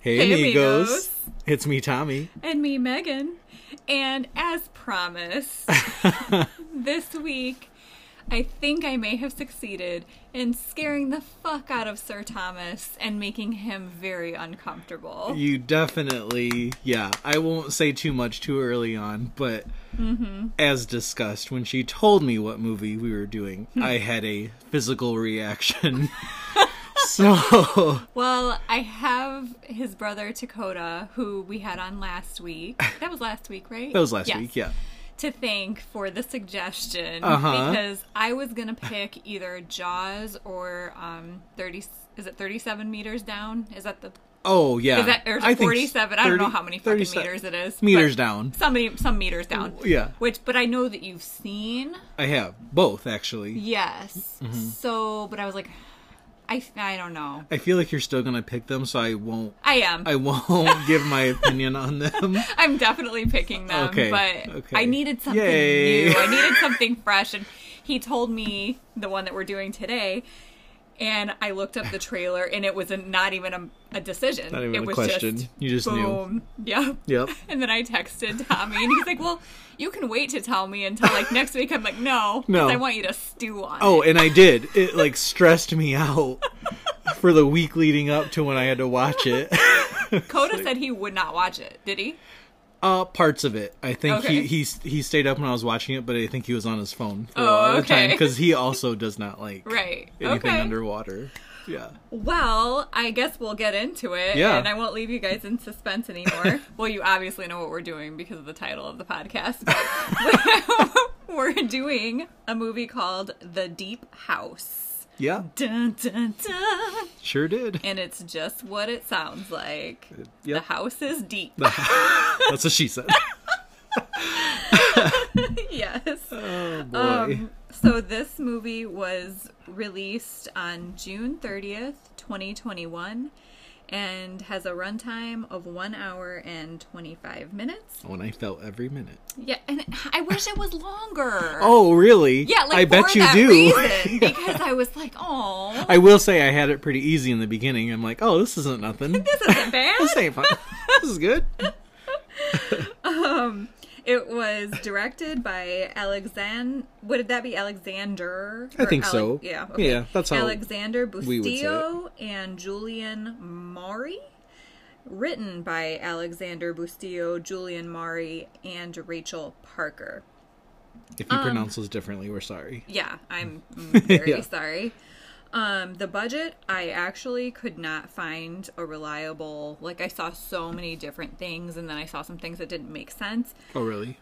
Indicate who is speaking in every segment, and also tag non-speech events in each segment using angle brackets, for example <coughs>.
Speaker 1: Hey,
Speaker 2: Hey,
Speaker 1: amigos.
Speaker 2: amigos.
Speaker 1: It's me, Tommy.
Speaker 2: and me, Megan. And as
Speaker 1: <laughs>
Speaker 2: promised, this week, I think I may have succeeded in scaring the fuck out of Sir Thomas and making him very uncomfortable.
Speaker 1: You definitely, yeah, I won't say too much too early on, but
Speaker 2: Mm-hmm.
Speaker 1: as discussed, when she told me what movie we were doing,
Speaker 2: Hmm.
Speaker 1: I had a physical
Speaker 2: <laughs>
Speaker 1: reaction. so,
Speaker 2: Well, I have his brother Dakota, who we had on
Speaker 1: <laughs>
Speaker 2: last week. That was last week, right?
Speaker 1: that was last
Speaker 2: Yes.
Speaker 1: week, yeah.
Speaker 2: to thank for the suggestion
Speaker 1: Uh-huh.
Speaker 2: because I was gonna pick either Jaws or um thirty. Is it thirty-seven meters down? Is that the?
Speaker 1: Oh, yeah.
Speaker 2: Is that or is
Speaker 1: I
Speaker 2: it
Speaker 1: think s-
Speaker 2: forty-seven? I don't know
Speaker 1: 30
Speaker 2: how many fucking
Speaker 1: 37
Speaker 2: meters it is.
Speaker 1: Meters
Speaker 2: but
Speaker 1: down.
Speaker 2: Some many- some meters down.
Speaker 1: Yeah.
Speaker 2: Which, but I know that you've seen.
Speaker 1: I have both, actually.
Speaker 2: Yes.
Speaker 1: Mm-hmm.
Speaker 2: So, but I was like, I I don't know.
Speaker 1: I feel like you're still gonna pick them, so I won't.
Speaker 2: I am.
Speaker 1: I won't <laughs> give my opinion on
Speaker 2: <laughs>
Speaker 1: them.
Speaker 2: I'm definitely picking them,
Speaker 1: Okay,
Speaker 2: but
Speaker 1: okay.
Speaker 2: I needed something
Speaker 1: Yay. <laughs>
Speaker 2: new. I needed something fresh, and he told me the one that we're doing today. And I looked up the trailer, and it was a, not even a, a decision.
Speaker 1: Not even
Speaker 2: it
Speaker 1: a
Speaker 2: was
Speaker 1: question.
Speaker 2: Just,
Speaker 1: You just knew.
Speaker 2: boom. Yep.
Speaker 1: Yep.
Speaker 2: And then I texted Tommy, and he's like, "Well, you can wait to tell me until like next week." I'm like, "No, 'cause
Speaker 1: No.
Speaker 2: I want you to stew on."
Speaker 1: Oh,
Speaker 2: it.
Speaker 1: and I did. It like stressed me out for the week leading up to when I had to watch it. <laughs>
Speaker 2: Coda said he would not watch it. Did he?
Speaker 1: Uh, parts of it. I think
Speaker 2: Okay.
Speaker 1: he, he he stayed up when I was watching it, but I think he was on his phone for
Speaker 2: Oh,
Speaker 1: all the time
Speaker 2: okay.
Speaker 1: because he also does not like
Speaker 2: Right.
Speaker 1: anything
Speaker 2: okay.
Speaker 1: underwater. Yeah.
Speaker 2: Well, I guess we'll get into it.
Speaker 1: Yeah.
Speaker 2: And I won't leave you guys in
Speaker 1: <laughs>
Speaker 2: suspense anymore. well, you obviously know what we're doing because of the title of the podcast. But <laughs> we're doing a movie called The Deep House.
Speaker 1: Yeah.
Speaker 2: Dun, dun, dun.
Speaker 1: Sure did.
Speaker 2: And it's just what it sounds like. The
Speaker 1: Yep.
Speaker 2: house is deep.
Speaker 1: That's what she said.
Speaker 2: <laughs> yes.
Speaker 1: Oh boy.
Speaker 2: <laughs> Um, so this movie was released on June 30th, 2021, and has a runtime of one hour and 25 minutes.
Speaker 1: when I felt every minute.
Speaker 2: Yeah, and I wish it was longer.
Speaker 1: Oh, really?
Speaker 2: yeah, like
Speaker 1: I bet
Speaker 2: for
Speaker 1: you
Speaker 2: that
Speaker 1: do. <laughs>
Speaker 2: reason, because I was like, oh,
Speaker 1: I will say I had it pretty easy in the beginning. I'm like, oh, this isn't nothing.
Speaker 2: <laughs> this isn't bad.
Speaker 1: this ain't fun. This is good.
Speaker 2: It was directed by Alexand. Would that be Alexander?
Speaker 1: I
Speaker 2: Or
Speaker 1: think so.
Speaker 2: Yeah. Okay.
Speaker 1: Yeah, that's how
Speaker 2: Alexander
Speaker 1: we would say it.
Speaker 2: Bustillo and Julian Maury. Written by Alexander Bustillo, Julian Maury, and Rachel Parker.
Speaker 1: If
Speaker 2: Um,
Speaker 1: you pronounce those differently, we're sorry.
Speaker 2: Yeah, I'm
Speaker 1: <laughs>
Speaker 2: very
Speaker 1: Yeah.
Speaker 2: sorry. Um, the budget, I actually could not find a reliable. Like, I saw so many different things, and then I saw some things that didn't make sense.
Speaker 1: Oh, really?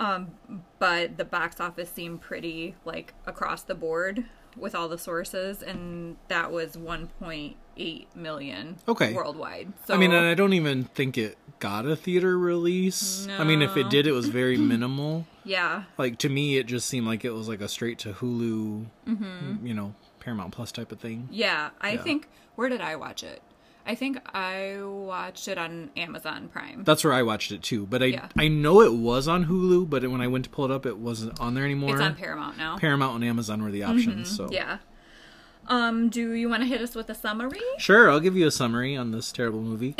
Speaker 2: but the box office seemed pretty like across the board with all the sources and that was 1.8 million
Speaker 1: Okay.
Speaker 2: worldwide so
Speaker 1: I mean, and I don't even think it got a theater release. I mean, if it
Speaker 2: No.
Speaker 1: did, it was
Speaker 2: <clears throat>
Speaker 1: very minimal.
Speaker 2: yeah
Speaker 1: Like to me, it just seemed like it was like a straight to Hulu,
Speaker 2: Mm-hmm.
Speaker 1: you know, Paramount Plus type of thing.
Speaker 2: yeah i think where did i watch it i think i watched it on amazon prime
Speaker 1: That's where I watched it too. But I
Speaker 2: Yeah.
Speaker 1: I know it was on Hulu, but when I went to pull it up, it wasn't on there anymore.
Speaker 2: it's on paramount now
Speaker 1: Paramount and Amazon were the options. So
Speaker 2: yeah um do you want to hit us with a summary
Speaker 1: Sure, I'll give you a summary on this terrible movie.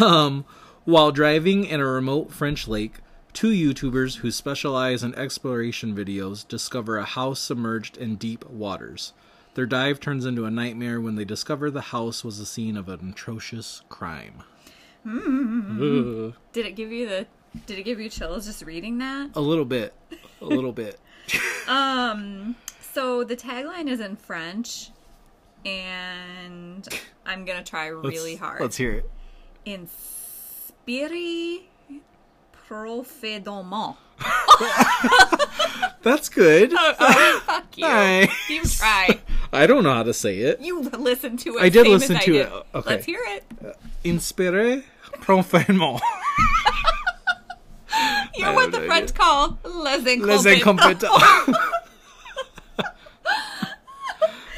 Speaker 1: um, while driving in a remote French lake, two YouTubers who specialize in exploration videos discover a house submerged in deep waters. Their dive turns into a nightmare when they discover the house was the scene of an atrocious crime. Ugh.
Speaker 2: did it give you the did it give you chills just reading that
Speaker 1: a little bit. A little
Speaker 2: <laughs>
Speaker 1: bit.
Speaker 2: Um, so the tagline is in French, and I'm gonna try
Speaker 1: Let's-
Speaker 2: really hard.
Speaker 1: Let's hear it.
Speaker 2: Inspiri profondément.
Speaker 1: That's good. uh,
Speaker 2: <laughs> Fuck you.
Speaker 1: Nice.
Speaker 2: You try.
Speaker 1: I don't know how to say it.
Speaker 2: You listen to it.
Speaker 1: I did
Speaker 2: same as
Speaker 1: listen
Speaker 2: I
Speaker 1: to
Speaker 2: did.
Speaker 1: it. Okay.
Speaker 2: Let's hear it.
Speaker 1: Inspiré <laughs> profondément.
Speaker 2: You're
Speaker 1: I
Speaker 2: what
Speaker 1: have
Speaker 2: the
Speaker 1: no
Speaker 2: French
Speaker 1: idea.
Speaker 2: call les
Speaker 1: Les
Speaker 2: <laughs> incompétents.
Speaker 1: incompétents.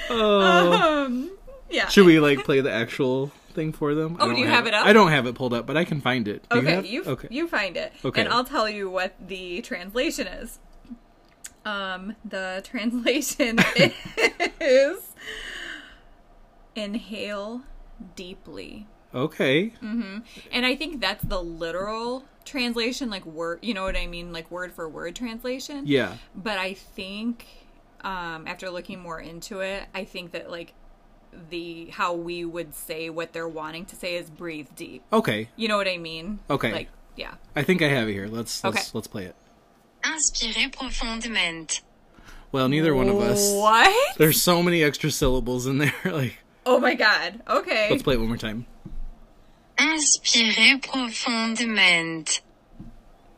Speaker 2: Um, yeah.
Speaker 1: Oh. Should we like play the actual thing for them? I
Speaker 2: Oh, do you have it up?
Speaker 1: I don't have it pulled up, but I can find it. Do you
Speaker 2: okay,
Speaker 1: have-
Speaker 2: you,
Speaker 1: okay.
Speaker 2: you find it.
Speaker 1: Okay.
Speaker 2: And I'll tell you what the translation is. Um, the
Speaker 1: <laughs>
Speaker 2: <laughs> translation is inhale deeply.
Speaker 1: Okay.
Speaker 2: Mm. And I think that's the literal translation, like word, you know what I mean? Like word for word translation.
Speaker 1: Yeah.
Speaker 2: But I think, um, after looking more into it, I think that, like, the how we would say what they're wanting to say is breathe deep.
Speaker 1: Okay.
Speaker 2: You know what I mean?
Speaker 1: Okay.
Speaker 2: Like, yeah.
Speaker 1: I think I have it here. Let's let's
Speaker 2: Okay.
Speaker 1: let's play it.
Speaker 3: Inspirez profondément.
Speaker 1: Well, neither one of us.
Speaker 2: What?
Speaker 1: There's so many extra syllables in there. <laughs> Like,
Speaker 2: Oh my god. Okay.
Speaker 1: let's play it one more time.
Speaker 3: Inspirez profondément.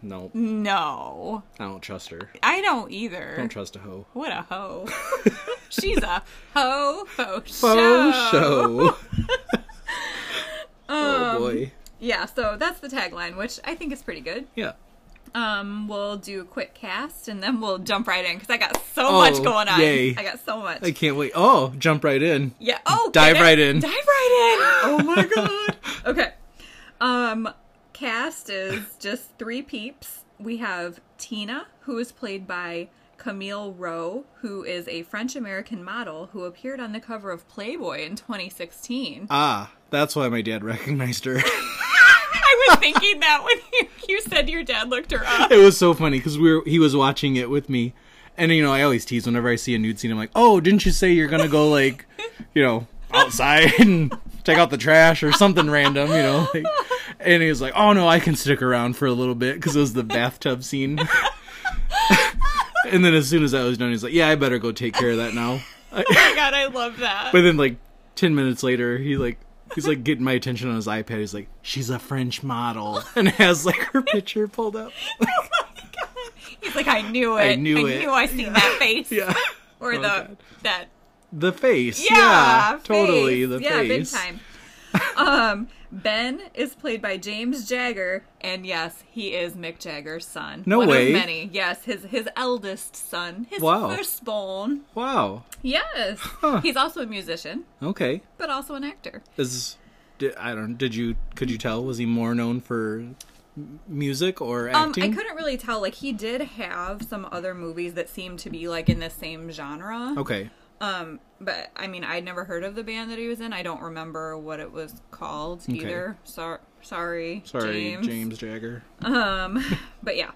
Speaker 1: No,
Speaker 2: No.
Speaker 1: I don't trust her.
Speaker 2: I don't
Speaker 1: I
Speaker 2: either.
Speaker 1: don't trust a hoe.
Speaker 2: What a
Speaker 1: <laughs>
Speaker 2: hoe. She's a hoe, hoe,
Speaker 1: Faux
Speaker 2: show.
Speaker 1: show.
Speaker 2: <laughs>
Speaker 1: <laughs>
Speaker 2: Um,
Speaker 1: oh boy.
Speaker 2: Yeah, so that's the tagline, which I think is pretty good.
Speaker 1: Yeah.
Speaker 2: Um, we'll do a quick cast and then we'll jump right in because I got so
Speaker 1: Oh,
Speaker 2: much going on.
Speaker 1: yay.
Speaker 2: I got so much.
Speaker 1: I can't wait. Oh, jump right in.
Speaker 2: yeah. Oh,
Speaker 1: Dive
Speaker 2: get it?
Speaker 1: right in.
Speaker 2: Dive right
Speaker 1: <laughs>
Speaker 2: in. Oh my god. <laughs> okay. Um, cast is just three peeps. We have Tina, who is played by Camille Rowe, who is a French American model who appeared on the cover of Playboy in 2016.
Speaker 1: Ah, that's why my dad <laughs> recognized her.
Speaker 2: <laughs> I was thinking that when <laughs> you, you said your dad looked her up.
Speaker 1: it was so funny because we were, he was watching it with me, and you know I always tease whenever I see a nude scene. I'm like, oh, didn't you say you're gonna go like, <laughs> you know, outside and take out the trash or something random, you know? Like, <laughs> and he was like, oh no, I can stick around for a little bit because it was the bathtub scene. <laughs> and then as soon as I was done, he's like, yeah, I better go take care of that now.
Speaker 2: Oh my god, I love that.
Speaker 1: But then like ten minutes later, he like. He's like getting my attention on his iPad. He's like, "She's a French model," <laughs> and has like her picture pulled up.
Speaker 2: He's like, I knew it.
Speaker 1: I knew it."
Speaker 2: I knew I
Speaker 1: <laughs>
Speaker 2: seen that face.
Speaker 1: Yeah.
Speaker 2: Or
Speaker 1: Oh,
Speaker 2: the
Speaker 1: God.
Speaker 2: that
Speaker 1: The face.
Speaker 2: yeah,
Speaker 1: Yeah.
Speaker 2: face.
Speaker 1: Totally. The
Speaker 2: yeah,
Speaker 1: face.
Speaker 2: big
Speaker 1: <laughs>
Speaker 2: time. um, Ben is played by James Jagger, and yes, he is Mick Jagger's son.
Speaker 1: No
Speaker 2: One
Speaker 1: way.
Speaker 2: Of many. Yes, his his eldest son, his
Speaker 1: Wow.
Speaker 2: firstborn.
Speaker 1: Wow.
Speaker 2: Yes, he's also a musician,
Speaker 1: Okay.
Speaker 2: but also an actor.
Speaker 1: Is did, I don't did you could you tell was he more known for m- music or
Speaker 2: Um,
Speaker 1: acting?
Speaker 2: I couldn't really tell. Like, he did have some other movies that seemed to be like in the same genre.
Speaker 1: Okay.
Speaker 2: Um, but I mean, I'd never heard of the band that he was in. I don't remember what it was called either. Sor- sorry,
Speaker 1: Sorry, James, Jagger.
Speaker 2: Um, but yeah.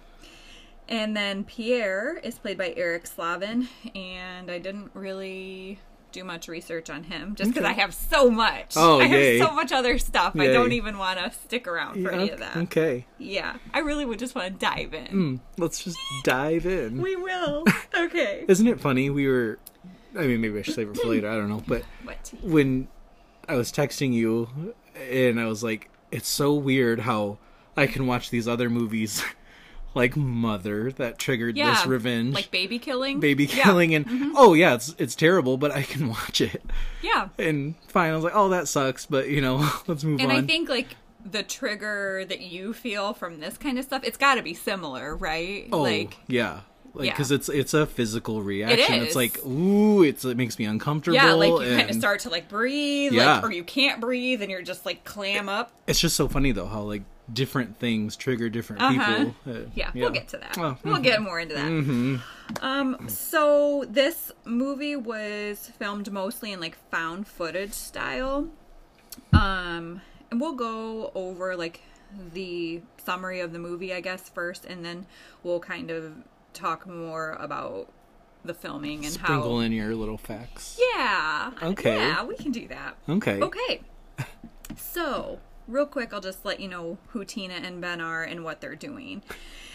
Speaker 2: And then Pierre is played by Eric Slavin, and I didn't really do much research on him just because I have so much.
Speaker 1: Oh,
Speaker 2: <laughs> I
Speaker 1: yay.
Speaker 2: have so much other stuff. I
Speaker 1: Yay.
Speaker 2: don't even want to stick around for any
Speaker 1: Yeah,
Speaker 2: of that.
Speaker 1: Okay. Mm.
Speaker 2: Yeah, I really would just want to dive in.
Speaker 1: Let's just dive in. <laughs>
Speaker 2: We will. Okay.
Speaker 1: Isn't it funny? We were I mean maybe I should save it for later, I don't know, but
Speaker 2: what?
Speaker 1: when I was texting you and I was like, it's so weird how I can watch these other movies <laughs> like Mother that triggered
Speaker 2: Yeah.
Speaker 1: this revenge.
Speaker 2: Like baby killing.
Speaker 1: baby
Speaker 2: Yeah. Mm-hmm.
Speaker 1: killing and oh yeah it's it's terrible but i can <laughs> watch it
Speaker 2: Yeah.
Speaker 1: and fine i was like oh that sucks but you know <laughs> let's move
Speaker 2: And
Speaker 1: on
Speaker 2: I think like the trigger that you feel from this kind of stuff, it's got to be similar, right?
Speaker 1: oh
Speaker 2: like
Speaker 1: yeah like
Speaker 2: Yeah.
Speaker 1: because it's it's a physical reaction it's
Speaker 2: is.
Speaker 1: like ooh it's it makes me uncomfortable
Speaker 2: yeah, like you kind of
Speaker 1: and-
Speaker 2: start to like breathe,
Speaker 1: Yeah.
Speaker 2: like or you can't breathe, and you're just like clam up.
Speaker 1: it's just so funny though how like different things trigger different
Speaker 2: Uh-huh.
Speaker 1: people Uh,
Speaker 2: Yeah, we'll get to that.
Speaker 1: Oh, Mm-hmm.
Speaker 2: We'll get more into that. Um, so this movie was filmed mostly in like found footage style. Um, and we'll go over like the summary of the movie, I guess, first, and then we'll kind of talk more about the filming and
Speaker 1: sprinkle
Speaker 2: how.
Speaker 1: in your little facts
Speaker 2: Yeah.
Speaker 1: Okay.
Speaker 2: Yeah, we can do that.
Speaker 1: okay
Speaker 2: Okay. So, real quick, I'll just let you know who Tina and Ben are and what they're doing.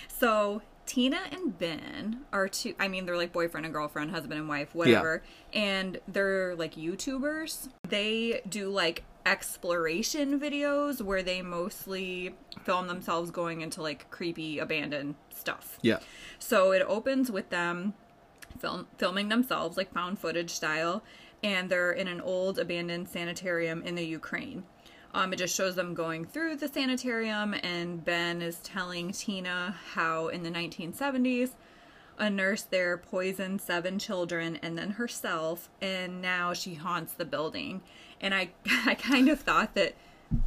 Speaker 2: So, Tina and Ben are two, I mean, they're like boyfriend and girlfriend, husband and wife, whatever. And they're like YouTubers. They do like exploration videos where they mostly film themselves going into like creepy, abandoned stuff.
Speaker 1: yeah
Speaker 2: So it opens with them film- filming themselves, like found footage style, and they're in an old abandoned sanitarium in the Ukraine. Um, it just shows them going through the sanitarium, and Ben is telling Tina how in the 1970s, a nurse there poisoned seven children and then <laughs> herself, and now she haunts the building. And I, I kind of thought that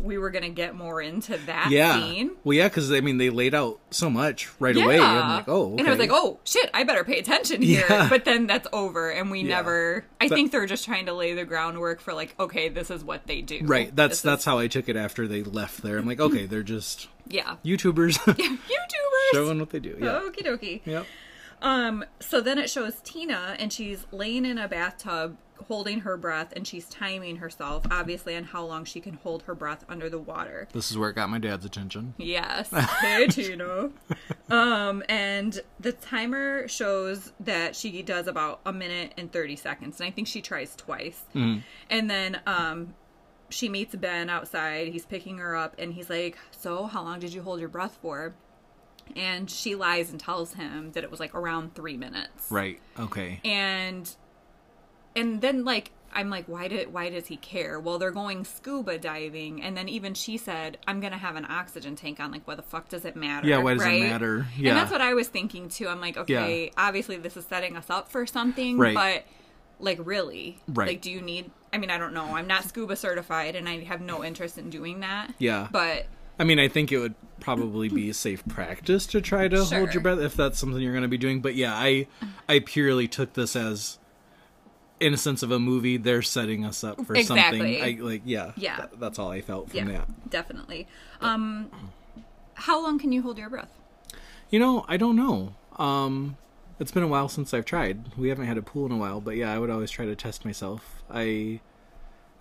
Speaker 2: we were gonna get more into that
Speaker 1: Yeah.
Speaker 2: scene.
Speaker 1: Well, yeah, because I mean, they laid out so much right away. I'm like, oh,
Speaker 2: and I was
Speaker 1: okay.
Speaker 2: like, oh shit, I better pay attention here.
Speaker 1: <laughs> Yeah.
Speaker 2: But then that's over, and we
Speaker 1: Yeah.
Speaker 2: never. I
Speaker 1: But-
Speaker 2: think they're just trying to lay the groundwork for like, okay, this is what they do.
Speaker 1: right. That's
Speaker 2: oh, This
Speaker 1: that's
Speaker 2: is- Mm-hmm.
Speaker 1: how I took it after they left there. I'm like, okay, they're just
Speaker 2: yeah.
Speaker 1: YouTubers <laughs>
Speaker 2: <laughs> YouTubers.
Speaker 1: showing what they do. Yeah.
Speaker 2: Okie dokie.
Speaker 1: Yep.
Speaker 2: Um, so then it shows Tina and she's laying in a bathtub holding her breath and she's timing herself, obviously, on how long she can hold her breath under the water.
Speaker 1: This is where it got my dad's attention.
Speaker 2: Yes. Hey, Tina. Um, and the timer shows that she does about a minute and 30 seconds. And I think she tries twice. And then um, she meets Ben outside. He's picking her up and he's like, So, how long did you hold your breath for? And she lies and tells him that it was like around three minutes
Speaker 1: Right. Okay.
Speaker 2: and and then like I'm like why did why does he care? Well, they're going scuba diving and then even she said I'm going to have an oxygen tank on like what the fuck does it matter?
Speaker 1: Yeah, why does it
Speaker 2: right?
Speaker 1: matter? Yeah.
Speaker 2: And that's what I was thinking too. I'm like okay, obviously this is setting us up for something,
Speaker 1: Right.
Speaker 2: but like really?
Speaker 1: Right.
Speaker 2: Like do you need I mean, I don't know. I'm not scuba certified and I have no interest in doing that.
Speaker 1: Yeah.
Speaker 2: But
Speaker 1: I mean, I think it would probably be safe practice to try to hold
Speaker 2: Sure.
Speaker 1: your breath if that's something you're going to be doing. But yeah, I I purely took this as, in a sense of a movie, they're setting us up for
Speaker 2: Exactly.
Speaker 1: something. I like, yeah,
Speaker 2: Yeah.
Speaker 1: tha- that's all I felt
Speaker 2: yeah,
Speaker 1: from that.
Speaker 2: definitely. Um how long can you hold your breath?
Speaker 1: You know, I don't know. Um, it's been a while since I've tried. We haven't had a pool in a while, but yeah, I would always try to test myself. I,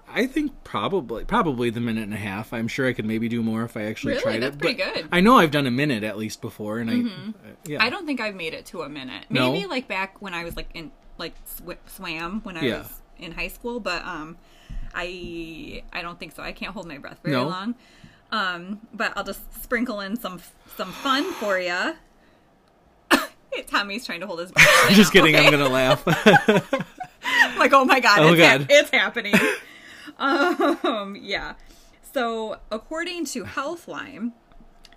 Speaker 1: I think probably probably the minute and a half. I'm sure I could maybe do more if I actually
Speaker 2: Really?
Speaker 1: tried
Speaker 2: That's
Speaker 1: it.
Speaker 2: pretty
Speaker 1: but
Speaker 2: good. Mm-hmm.
Speaker 1: I know I've done a minute at least before, and I, yeah,
Speaker 2: I don't think I've made it to a minute.
Speaker 1: No?
Speaker 2: Maybe like back when I was like in like sw- swam when I
Speaker 1: Yeah.
Speaker 2: was in high school, but um, I I don't think so. I can't hold my breath very
Speaker 1: No.
Speaker 2: long. Um, but I'll just sprinkle in some some fun for you. <coughs> Tommy's trying to hold his breath. right
Speaker 1: Just
Speaker 2: now.
Speaker 1: kidding.
Speaker 2: Okay.
Speaker 1: I'm gonna laugh.
Speaker 2: <laughs> like, oh my god,
Speaker 1: Oh
Speaker 2: it's,
Speaker 1: God.
Speaker 2: hap- it's happening. <laughs> um, yeah. So, according to Healthline,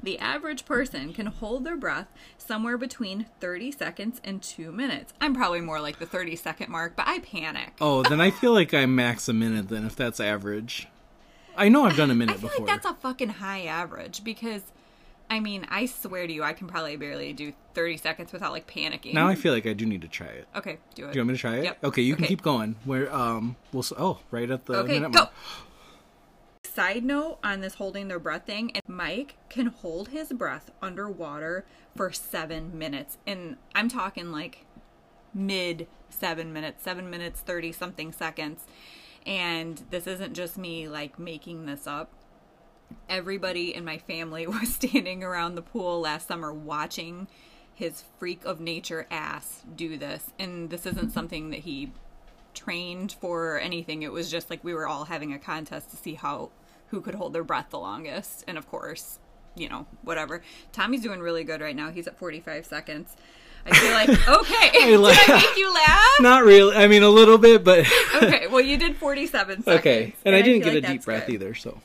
Speaker 2: the average person can hold their breath somewhere between 30 seconds and two minutes. I'm probably more like the 30 second mark, but I panic.
Speaker 1: oh, then I feel like I max a minute. Then if that's average, I know I've done a minute
Speaker 2: I feel
Speaker 1: before.
Speaker 2: like that's a fucking high average because, I mean, I swear to you, I can probably barely do 30 seconds without like panicking.
Speaker 1: now I feel like I do need to try it.
Speaker 2: okay, do it.
Speaker 1: Do you want me to try it?
Speaker 2: Yep.
Speaker 1: Okay, you can keep going. Where um, we'll s- oh, right at the
Speaker 2: Okay,
Speaker 1: minute
Speaker 2: go.
Speaker 1: mark.
Speaker 2: Side note on this holding their breath thing, and Mike can hold his breath underwater for seven minutes. And I'm talking like mid seven minutes, seven minutes, 30 something seconds. And this isn't just me like making this up. Everybody in my family <laughs> was standing around the pool last summer watching his freak of nature ass do this. And this isn't something that he trained for or anything. It was just like we were all having a contest to see how who could hold their breath the longest. And of course, you know, whatever. Tommy's doing really good right now. He's at 45 seconds. I
Speaker 1: <laughs>
Speaker 2: feel like, okay,
Speaker 1: la-
Speaker 2: <laughs> did I make you
Speaker 1: <laughs>
Speaker 2: laugh?
Speaker 1: Not really. I mean, a little bit, but <laughs>
Speaker 2: Okay, well, you did 47 seconds.
Speaker 1: okay. And, I didn't
Speaker 2: feel
Speaker 1: get
Speaker 2: like
Speaker 1: a deep
Speaker 2: that's
Speaker 1: breath
Speaker 2: good.
Speaker 1: either. So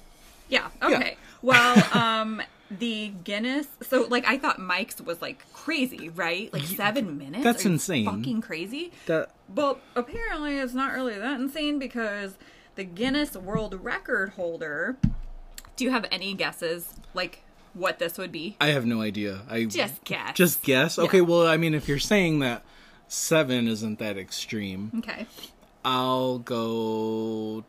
Speaker 2: Yeah. Okay.
Speaker 1: <laughs>
Speaker 2: Well, um, the Guinness. So, like, I thought Mike's was like crazy, right? Like seven minutes.
Speaker 1: that's
Speaker 2: Are you
Speaker 1: insane.
Speaker 2: Fucking crazy.
Speaker 1: that
Speaker 2: Well, apparently it's not really that insane because the Guinness World Record holder. Do you have any guesses, like what this would be?
Speaker 1: I have no idea. I
Speaker 2: Just guess.
Speaker 1: Just guess. Okay. Well, I mean, if you're saying that seven isn't that extreme,
Speaker 2: Okay.
Speaker 1: I'll go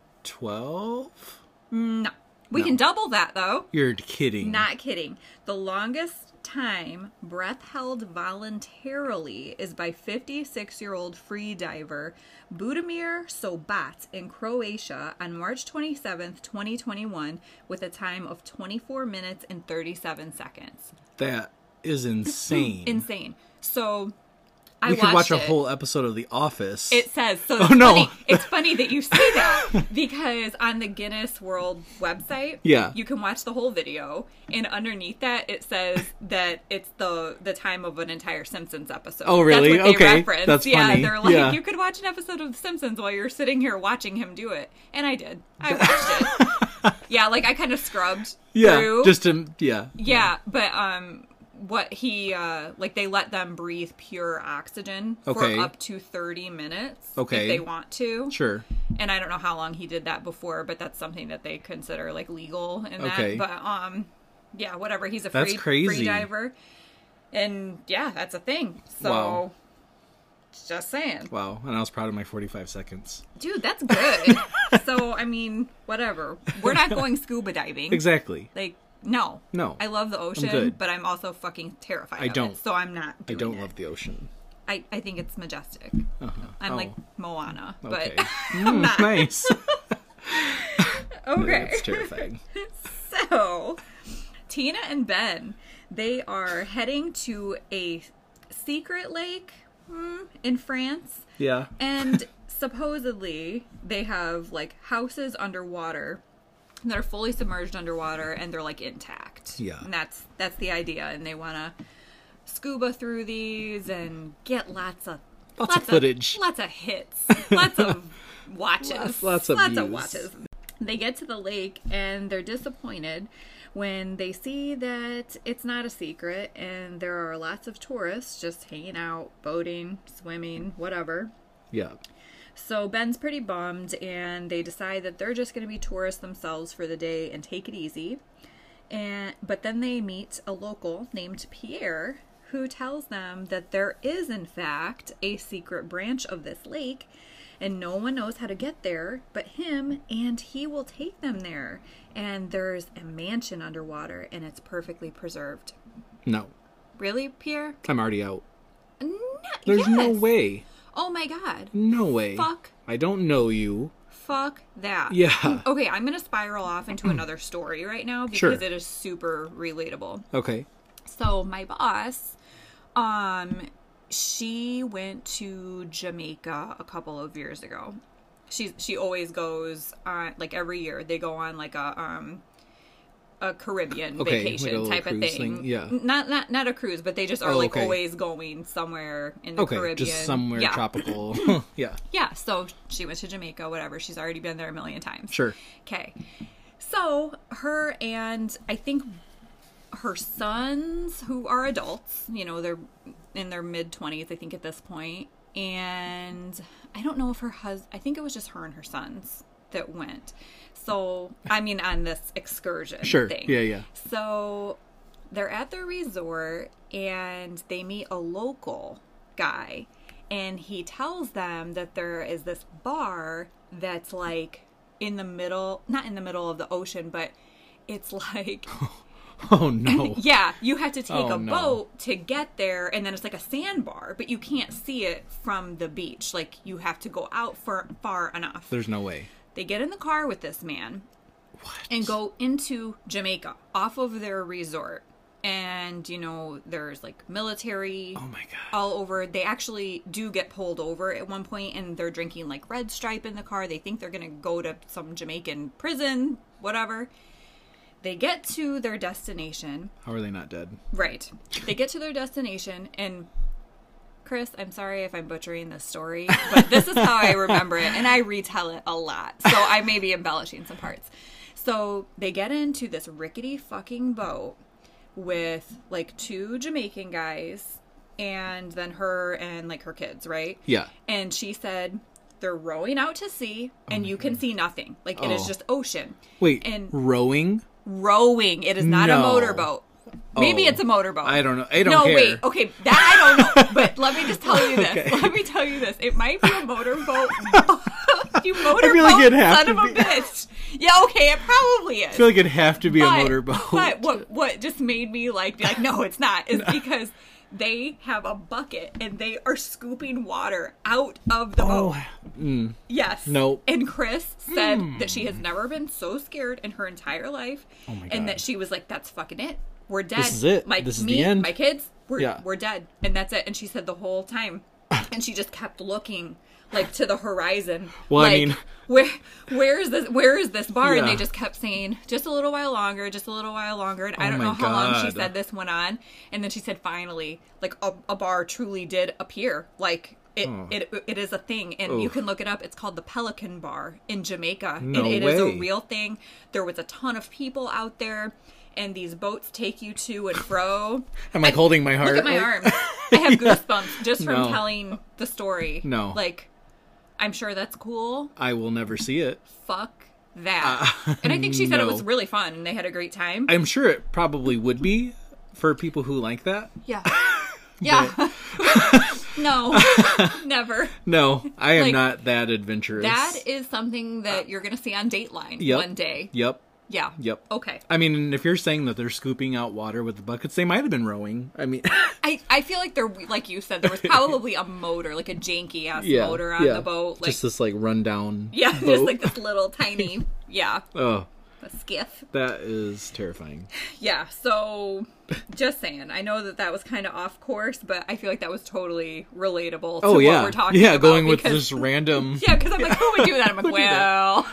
Speaker 1: twelve.
Speaker 2: No, we can double that though.
Speaker 1: You're kidding.
Speaker 2: Not kidding. The longest time breath held voluntarily is by 56 year old free diver Budimir Sobat in Croatia on March 27th, 2021, with a time of 24 minutes and 37 seconds.
Speaker 1: that is insane.
Speaker 2: <laughs> Insane. So I
Speaker 1: we could watch
Speaker 2: watched
Speaker 1: a
Speaker 2: it.
Speaker 1: whole episode of The Office.
Speaker 2: It says so. It's
Speaker 1: Oh, no.
Speaker 2: funny. It's funny that you
Speaker 1: <laughs>
Speaker 2: say that because on the Guinness World website,
Speaker 1: Yeah.
Speaker 2: you can watch the whole video, and underneath that it says that it's the the time of an entire Simpsons episode.
Speaker 1: Oh, really?
Speaker 2: That's what they
Speaker 1: Okay.
Speaker 2: reference.
Speaker 1: That's
Speaker 2: yeah,
Speaker 1: funny.
Speaker 2: they're like
Speaker 1: Yeah.
Speaker 2: you could watch an episode of The Simpsons while you're sitting here watching him do it, and I did. I
Speaker 1: <laughs>
Speaker 2: watched it. Yeah, like I kind of scrubbed
Speaker 1: yeah.
Speaker 2: through.
Speaker 1: Just to yeah.
Speaker 2: yeah, but um, what he uh like they let them breathe pure oxygen
Speaker 1: Okay.
Speaker 2: for up to 30 minutes
Speaker 1: Okay.
Speaker 2: if they want to
Speaker 1: Sure.
Speaker 2: and i don't know how long he did that before but that's something that they consider like legal in that
Speaker 1: Okay.
Speaker 2: but um yeah whatever he's a
Speaker 1: That's
Speaker 2: free,
Speaker 1: crazy.
Speaker 2: free diver and yeah that's a thing so
Speaker 1: Wow.
Speaker 2: just saying
Speaker 1: Wow. And I was proud of my 45 seconds.
Speaker 2: dude that's
Speaker 1: <laughs>
Speaker 2: good so i mean whatever we're not going scuba diving
Speaker 1: Exactly.
Speaker 2: like no
Speaker 1: No.
Speaker 2: i love the ocean
Speaker 1: good.
Speaker 2: but i'm also fucking terrified of it,
Speaker 1: don't.
Speaker 2: so i'm not
Speaker 1: I
Speaker 2: doing
Speaker 1: don't
Speaker 2: it.
Speaker 1: love the ocean.
Speaker 2: I, I think it's majestic.
Speaker 1: Uh-huh.
Speaker 2: I'm
Speaker 1: Oh,
Speaker 2: like Moana, but
Speaker 1: okay.
Speaker 2: <laughs>
Speaker 1: Mm, nice. <laughs>
Speaker 2: okay.
Speaker 1: That's terrifying.
Speaker 2: So, Tina and Ben, they are heading to a secret lake hmm, in France,
Speaker 1: Yeah.
Speaker 2: <laughs> and supposedly they have like houses underwater that are fully submerged underwater and they're like intact.
Speaker 1: Yeah.
Speaker 2: and that's that's the idea, and they want to scuba through these and get lots of
Speaker 1: Lots of footage.
Speaker 2: lots of hits,
Speaker 1: <laughs>
Speaker 2: lots of watches,
Speaker 1: Lots- lots of views.
Speaker 2: watches. They get to the lake and they're disappointed when they see that it's not a secret and there are lots of tourists just hanging out, boating, swimming, whatever.
Speaker 1: Yeah.
Speaker 2: So Ben's pretty bummed and they decide that they're just going to be tourists themselves for the day and take it easy. And but then they meet a local named Pierre who tells them that there is in fact a secret branch of this lake and no one knows how to get there but him and he will take them there. And there's a mansion underwater and it's perfectly preserved.
Speaker 1: No.
Speaker 2: Really, Pierre?
Speaker 1: I'm already out.
Speaker 2: No,
Speaker 1: There's no
Speaker 2: yes.
Speaker 1: way.
Speaker 2: Oh my god.
Speaker 1: No way.
Speaker 2: Fuck.
Speaker 1: I don't know you.
Speaker 2: Fuck that.
Speaker 1: Yeah.
Speaker 2: Okay, I'm going to spiral
Speaker 1: <clears throat>
Speaker 2: off into another story right now because
Speaker 1: Sure.
Speaker 2: it is super relatable.
Speaker 1: Okay.
Speaker 2: So, my boss, um she went to Jamaica a couple of years ago. She she always goes on like every year they go on like a um a
Speaker 1: Okay,
Speaker 2: Caribbean
Speaker 1: like a
Speaker 2: vacation
Speaker 1: little
Speaker 2: type of
Speaker 1: cruise
Speaker 2: thing.
Speaker 1: thing, yeah.
Speaker 2: Not not not a cruise, but they just are
Speaker 1: Oh,
Speaker 2: like
Speaker 1: okay.
Speaker 2: always going somewhere in the
Speaker 1: Okay.
Speaker 2: Caribbean.
Speaker 1: Just somewhere
Speaker 2: yeah. <laughs>
Speaker 1: tropical. <laughs> yeah.
Speaker 2: Yeah, so she went to Jamaica, whatever. She's already been there a million times.
Speaker 1: Sure.
Speaker 2: Okay. So her and I think her sons, who are adults, you know, they're in their mid 20s, I think, at this point. And I don't know if her husband, I think it was just her and her sons that went. So, I mean, on this excursion
Speaker 1: Sure.
Speaker 2: thing.
Speaker 1: Yeah, yeah.
Speaker 2: So they're at the resort and they meet a local guy and he tells them that there is this bar that's like in the middle not in the middle of the ocean but it's like
Speaker 1: Oh
Speaker 2: <laughs>
Speaker 1: no.
Speaker 2: yeah you have to take
Speaker 1: Oh,
Speaker 2: a
Speaker 1: no.
Speaker 2: boat to get there and then it's like a sandbar but you can't see it from the beach like you have to go out for far enough
Speaker 1: There's no way.
Speaker 2: they get in the car with this man and go into Jamaica off of their resort. And, you know, there's like military
Speaker 1: Oh my god.
Speaker 2: all over. They actually do get pulled over at one point and they're drinking like red stripe in the car. They think they're going to go to some Jamaican prison, whatever. They get to their destination.
Speaker 1: How are they not dead?
Speaker 2: Right. They get to their destination and Chris, I'm sorry if I'm butchering this story, but this is how I remember it and I retell it a lot. So I may be embellishing some parts. So they get into this rickety fucking boat with like two Jamaican guys and then her and like her kids, right?
Speaker 1: Yeah.
Speaker 2: And she said they're rowing out to sea and you can see nothing. Like it
Speaker 1: Oh.
Speaker 2: is just ocean
Speaker 1: Wait.
Speaker 2: And-
Speaker 1: rowing?
Speaker 2: rowing. It is not
Speaker 1: No.
Speaker 2: a motorboat. Maybe
Speaker 1: Oh.
Speaker 2: it's a motorboat.
Speaker 1: I don't know. I don't
Speaker 2: no,
Speaker 1: care.
Speaker 2: wait. Okay, that
Speaker 1: <laughs>
Speaker 2: I don't know. But let me just tell you this.
Speaker 1: Okay.
Speaker 2: Let me tell you this. It might be
Speaker 1: <laughs>
Speaker 2: a motorboat. <laughs> you motorboat
Speaker 1: it'd have
Speaker 2: son
Speaker 1: to
Speaker 2: of a
Speaker 1: be.
Speaker 2: bitch. Yeah, okay, it probably is.
Speaker 1: I feel like it'd have to be
Speaker 2: but,
Speaker 1: a motorboat. <laughs>
Speaker 2: But what what just made me like be like, no, it's not, is because they have a bucket and they are scooping water out of the boat.
Speaker 1: Oh,
Speaker 2: Yes.
Speaker 1: Nope.
Speaker 2: And Chris said that she has never been so scared in her entire life.
Speaker 1: Hmm. Oh my God.
Speaker 2: And that she was like, that's fucking it. We're dead.
Speaker 1: is it.
Speaker 2: My,
Speaker 1: This is
Speaker 2: me,
Speaker 1: the end."
Speaker 2: My kids, we're,
Speaker 1: Yeah.
Speaker 2: we're dead. And that's it. And she said the whole
Speaker 1: <laughs>
Speaker 2: time. And she just kept looking like to the horizon.
Speaker 1: Well, I
Speaker 2: like,
Speaker 1: mean-
Speaker 2: <laughs> where where is this where is this bar? And
Speaker 1: Yeah.
Speaker 2: they just kept saying, just a little while longer, just a little while longer. And I
Speaker 1: Oh
Speaker 2: don't
Speaker 1: my
Speaker 2: know how long she
Speaker 1: God.
Speaker 2: said this went on. And then she said finally, like a, a bar truly did appear. Like It, it it is a thing, and you
Speaker 1: Hmm. Oof.
Speaker 2: can look it up. It's called the Pelican Bar in Jamaica.
Speaker 1: No
Speaker 2: and it is
Speaker 1: way.
Speaker 2: a real thing. There was a ton of people out there, and these boats take you to and <laughs> fro.
Speaker 1: I'm like holding my heart.
Speaker 2: Look at my
Speaker 1: like-
Speaker 2: arm. <laughs> I have goosebumps just from
Speaker 1: No.
Speaker 2: telling the story.
Speaker 1: No.
Speaker 2: like I'm sure that's cool.
Speaker 1: I will never see it.
Speaker 2: Fuck that.
Speaker 1: Uh,
Speaker 2: and I think she said it
Speaker 1: <laughs>
Speaker 2: was
Speaker 1: no.
Speaker 2: really fun, and they had a great time.
Speaker 1: I'm sure it probably would be for people who like that. <laughs>
Speaker 2: yeah, yeah. <laughs> no, never.
Speaker 1: No, I am
Speaker 2: Like,
Speaker 1: not that adventurous.
Speaker 2: That is something that you're gonna see on Dateline
Speaker 1: Yep.
Speaker 2: one day.
Speaker 1: Yep.
Speaker 2: Yeah.
Speaker 1: Yep.
Speaker 2: Okay.
Speaker 1: I mean, and if you're saying that they're scooping out water with the buckets, they might have been rowing. I mean, <laughs>
Speaker 2: I, I feel like there, like you said, there was probably a motor, like a janky ass
Speaker 1: yeah,
Speaker 2: motor on
Speaker 1: yeah.
Speaker 2: the boat. Like,
Speaker 1: just this like rundown.
Speaker 2: yeah, <laughs> just
Speaker 1: boat.
Speaker 2: like this little tiny,
Speaker 1: <laughs>
Speaker 2: yeah,
Speaker 1: oh,
Speaker 2: a skiff.
Speaker 1: that is terrifying.
Speaker 2: Yeah. So, just saying, I know that that was kind of off course, but I feel like that was totally relatable. To
Speaker 1: Oh
Speaker 2: what
Speaker 1: yeah,
Speaker 2: we're talking
Speaker 1: yeah,
Speaker 2: about
Speaker 1: going with
Speaker 2: because- <laughs>
Speaker 1: this random.
Speaker 2: Yeah, because I'm like, who would
Speaker 1: <laughs>
Speaker 2: do that? I'm like,
Speaker 1: do
Speaker 2: well,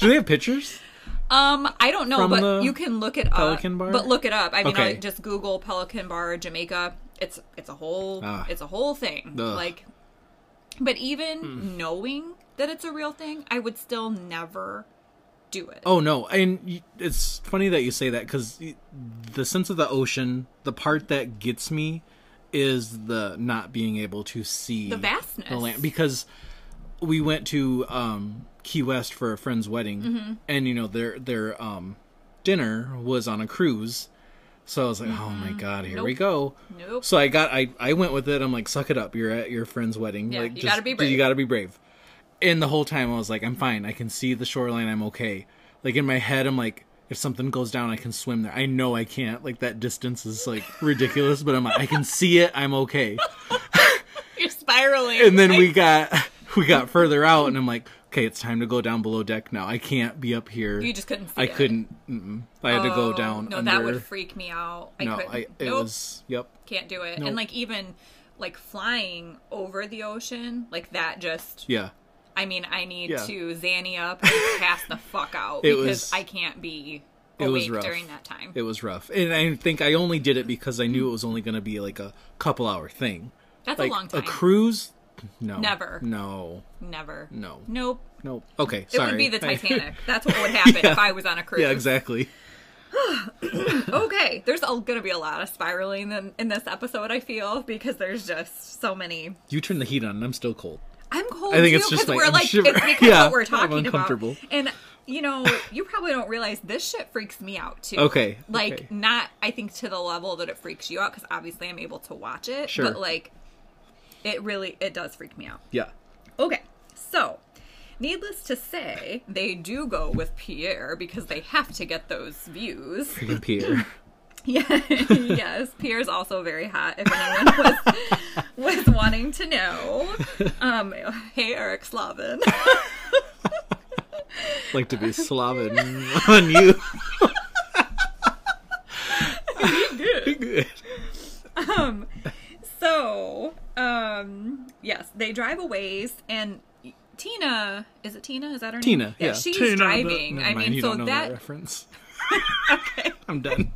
Speaker 1: Do they have pictures?
Speaker 2: um, I don't know,
Speaker 1: From
Speaker 2: but
Speaker 1: the
Speaker 2: you can look it up.
Speaker 1: Pelican Bar?
Speaker 2: But look it up. I mean,
Speaker 1: Okay.
Speaker 2: I just Google Pelican Bar Jamaica. It's it's a whole
Speaker 1: Ah.
Speaker 2: it's a whole thing.
Speaker 1: Ugh.
Speaker 2: Like, but even knowing that it's a real thing, I would still never do it.
Speaker 1: Oh no, and y- it's funny that you say that because the sense of the ocean, the part that gets me, is the not being able to see
Speaker 2: The vastness.
Speaker 1: the land because we went to um, Key West for a friend's wedding,
Speaker 2: Mm-hmm.
Speaker 1: and you know their their um, dinner was on a cruise, so I was like, oh my god, here we go.
Speaker 2: Mm-hmm. Nope.
Speaker 1: So I got I I went with it. I'm like, suck it up. You're at your friend's wedding.
Speaker 2: Yeah,
Speaker 1: like,
Speaker 2: you gotta be
Speaker 1: dude, You
Speaker 2: brave.
Speaker 1: gotta be brave. And the whole time I was like, I'm fine. I can see the shoreline. I'm okay. Like in my head, I'm like, if something goes down, I can swim there. I know I can't. Like that distance is like ridiculous, but I'm like, I can see it. I'm okay.
Speaker 2: <laughs> You're spiraling.
Speaker 1: And then we got <laughs> we got further out, and I'm like, okay, it's time to go down below deck now. I can't be up here.
Speaker 2: You just couldn't see
Speaker 1: I
Speaker 2: it.
Speaker 1: couldn't. Mm-mm. I had to go
Speaker 2: Oh,
Speaker 1: down.
Speaker 2: No,
Speaker 1: under.
Speaker 2: that would freak me out. I
Speaker 1: no,
Speaker 2: couldn't.
Speaker 1: I, it
Speaker 2: nope,
Speaker 1: was. Yep.
Speaker 2: can't do it.
Speaker 1: nope.
Speaker 2: And like even like flying over the ocean, like that just.
Speaker 1: Yeah.
Speaker 2: I mean, I need
Speaker 1: Yeah.
Speaker 2: to zanny up
Speaker 1: <laughs>
Speaker 2: and pass the fuck out
Speaker 1: It
Speaker 2: because
Speaker 1: was-
Speaker 2: I can't be
Speaker 1: it was
Speaker 2: awake
Speaker 1: rough.
Speaker 2: during that time.
Speaker 1: It was rough, and I think I only did it because I knew it was only going to be like a couple hour thing.
Speaker 2: That's
Speaker 1: like
Speaker 2: a long time.
Speaker 1: cruise, no,
Speaker 2: Never.
Speaker 1: no,
Speaker 2: Never.
Speaker 1: No.
Speaker 2: Nope.
Speaker 1: no. Okay,
Speaker 2: It
Speaker 1: sorry.
Speaker 2: would be
Speaker 1: <laughs>
Speaker 2: the
Speaker 1: I-
Speaker 2: Titanic. That's what would happen if I was on a cruise.
Speaker 1: yeah, exactly.
Speaker 2: Okay, there's all going to be a lot of spiraling in, in this episode. I feel because there's just so many
Speaker 1: You turn the heat on, and I'm still cold.
Speaker 2: I'm cold.
Speaker 1: I think
Speaker 2: too,
Speaker 1: it's just
Speaker 2: 'cause
Speaker 1: like,
Speaker 2: we're
Speaker 1: I'm
Speaker 2: like
Speaker 1: shivering. <laughs>
Speaker 2: it's because
Speaker 1: Yeah,
Speaker 2: what we're
Speaker 1: I'm
Speaker 2: talking
Speaker 1: uncomfortable.
Speaker 2: about. And you know, you probably don't realize this shit freaks me out too.
Speaker 1: Okay,
Speaker 2: Like
Speaker 1: okay.
Speaker 2: not I think to the level that it freaks you out cuz obviously I'm able to watch it,
Speaker 1: Sure.
Speaker 2: but like it really it does freak me out.
Speaker 1: <laughs> Yeah,
Speaker 2: Okay. So, needless to say, they do go with Pierre because they have to get those views. <laughs>
Speaker 1: freaking Pierre.
Speaker 2: Yeah, yes. Pierre's also very hot. If anyone was <laughs> was wanting to know, um, hey Eric Slavin. <laughs>
Speaker 1: like to be slobbing on
Speaker 2: <laughs>
Speaker 1: you. <laughs> Good.
Speaker 2: So, um, yes, they drive a ways, and Tina is it Tina? Is that her name?
Speaker 1: Tina, yeah,
Speaker 2: she's
Speaker 1: Tina,
Speaker 2: driving.
Speaker 1: the-
Speaker 2: I
Speaker 1: never mind,
Speaker 2: mean,
Speaker 1: you
Speaker 2: so
Speaker 1: don't know
Speaker 2: that, <laughs>
Speaker 1: reference. okay, I'm done.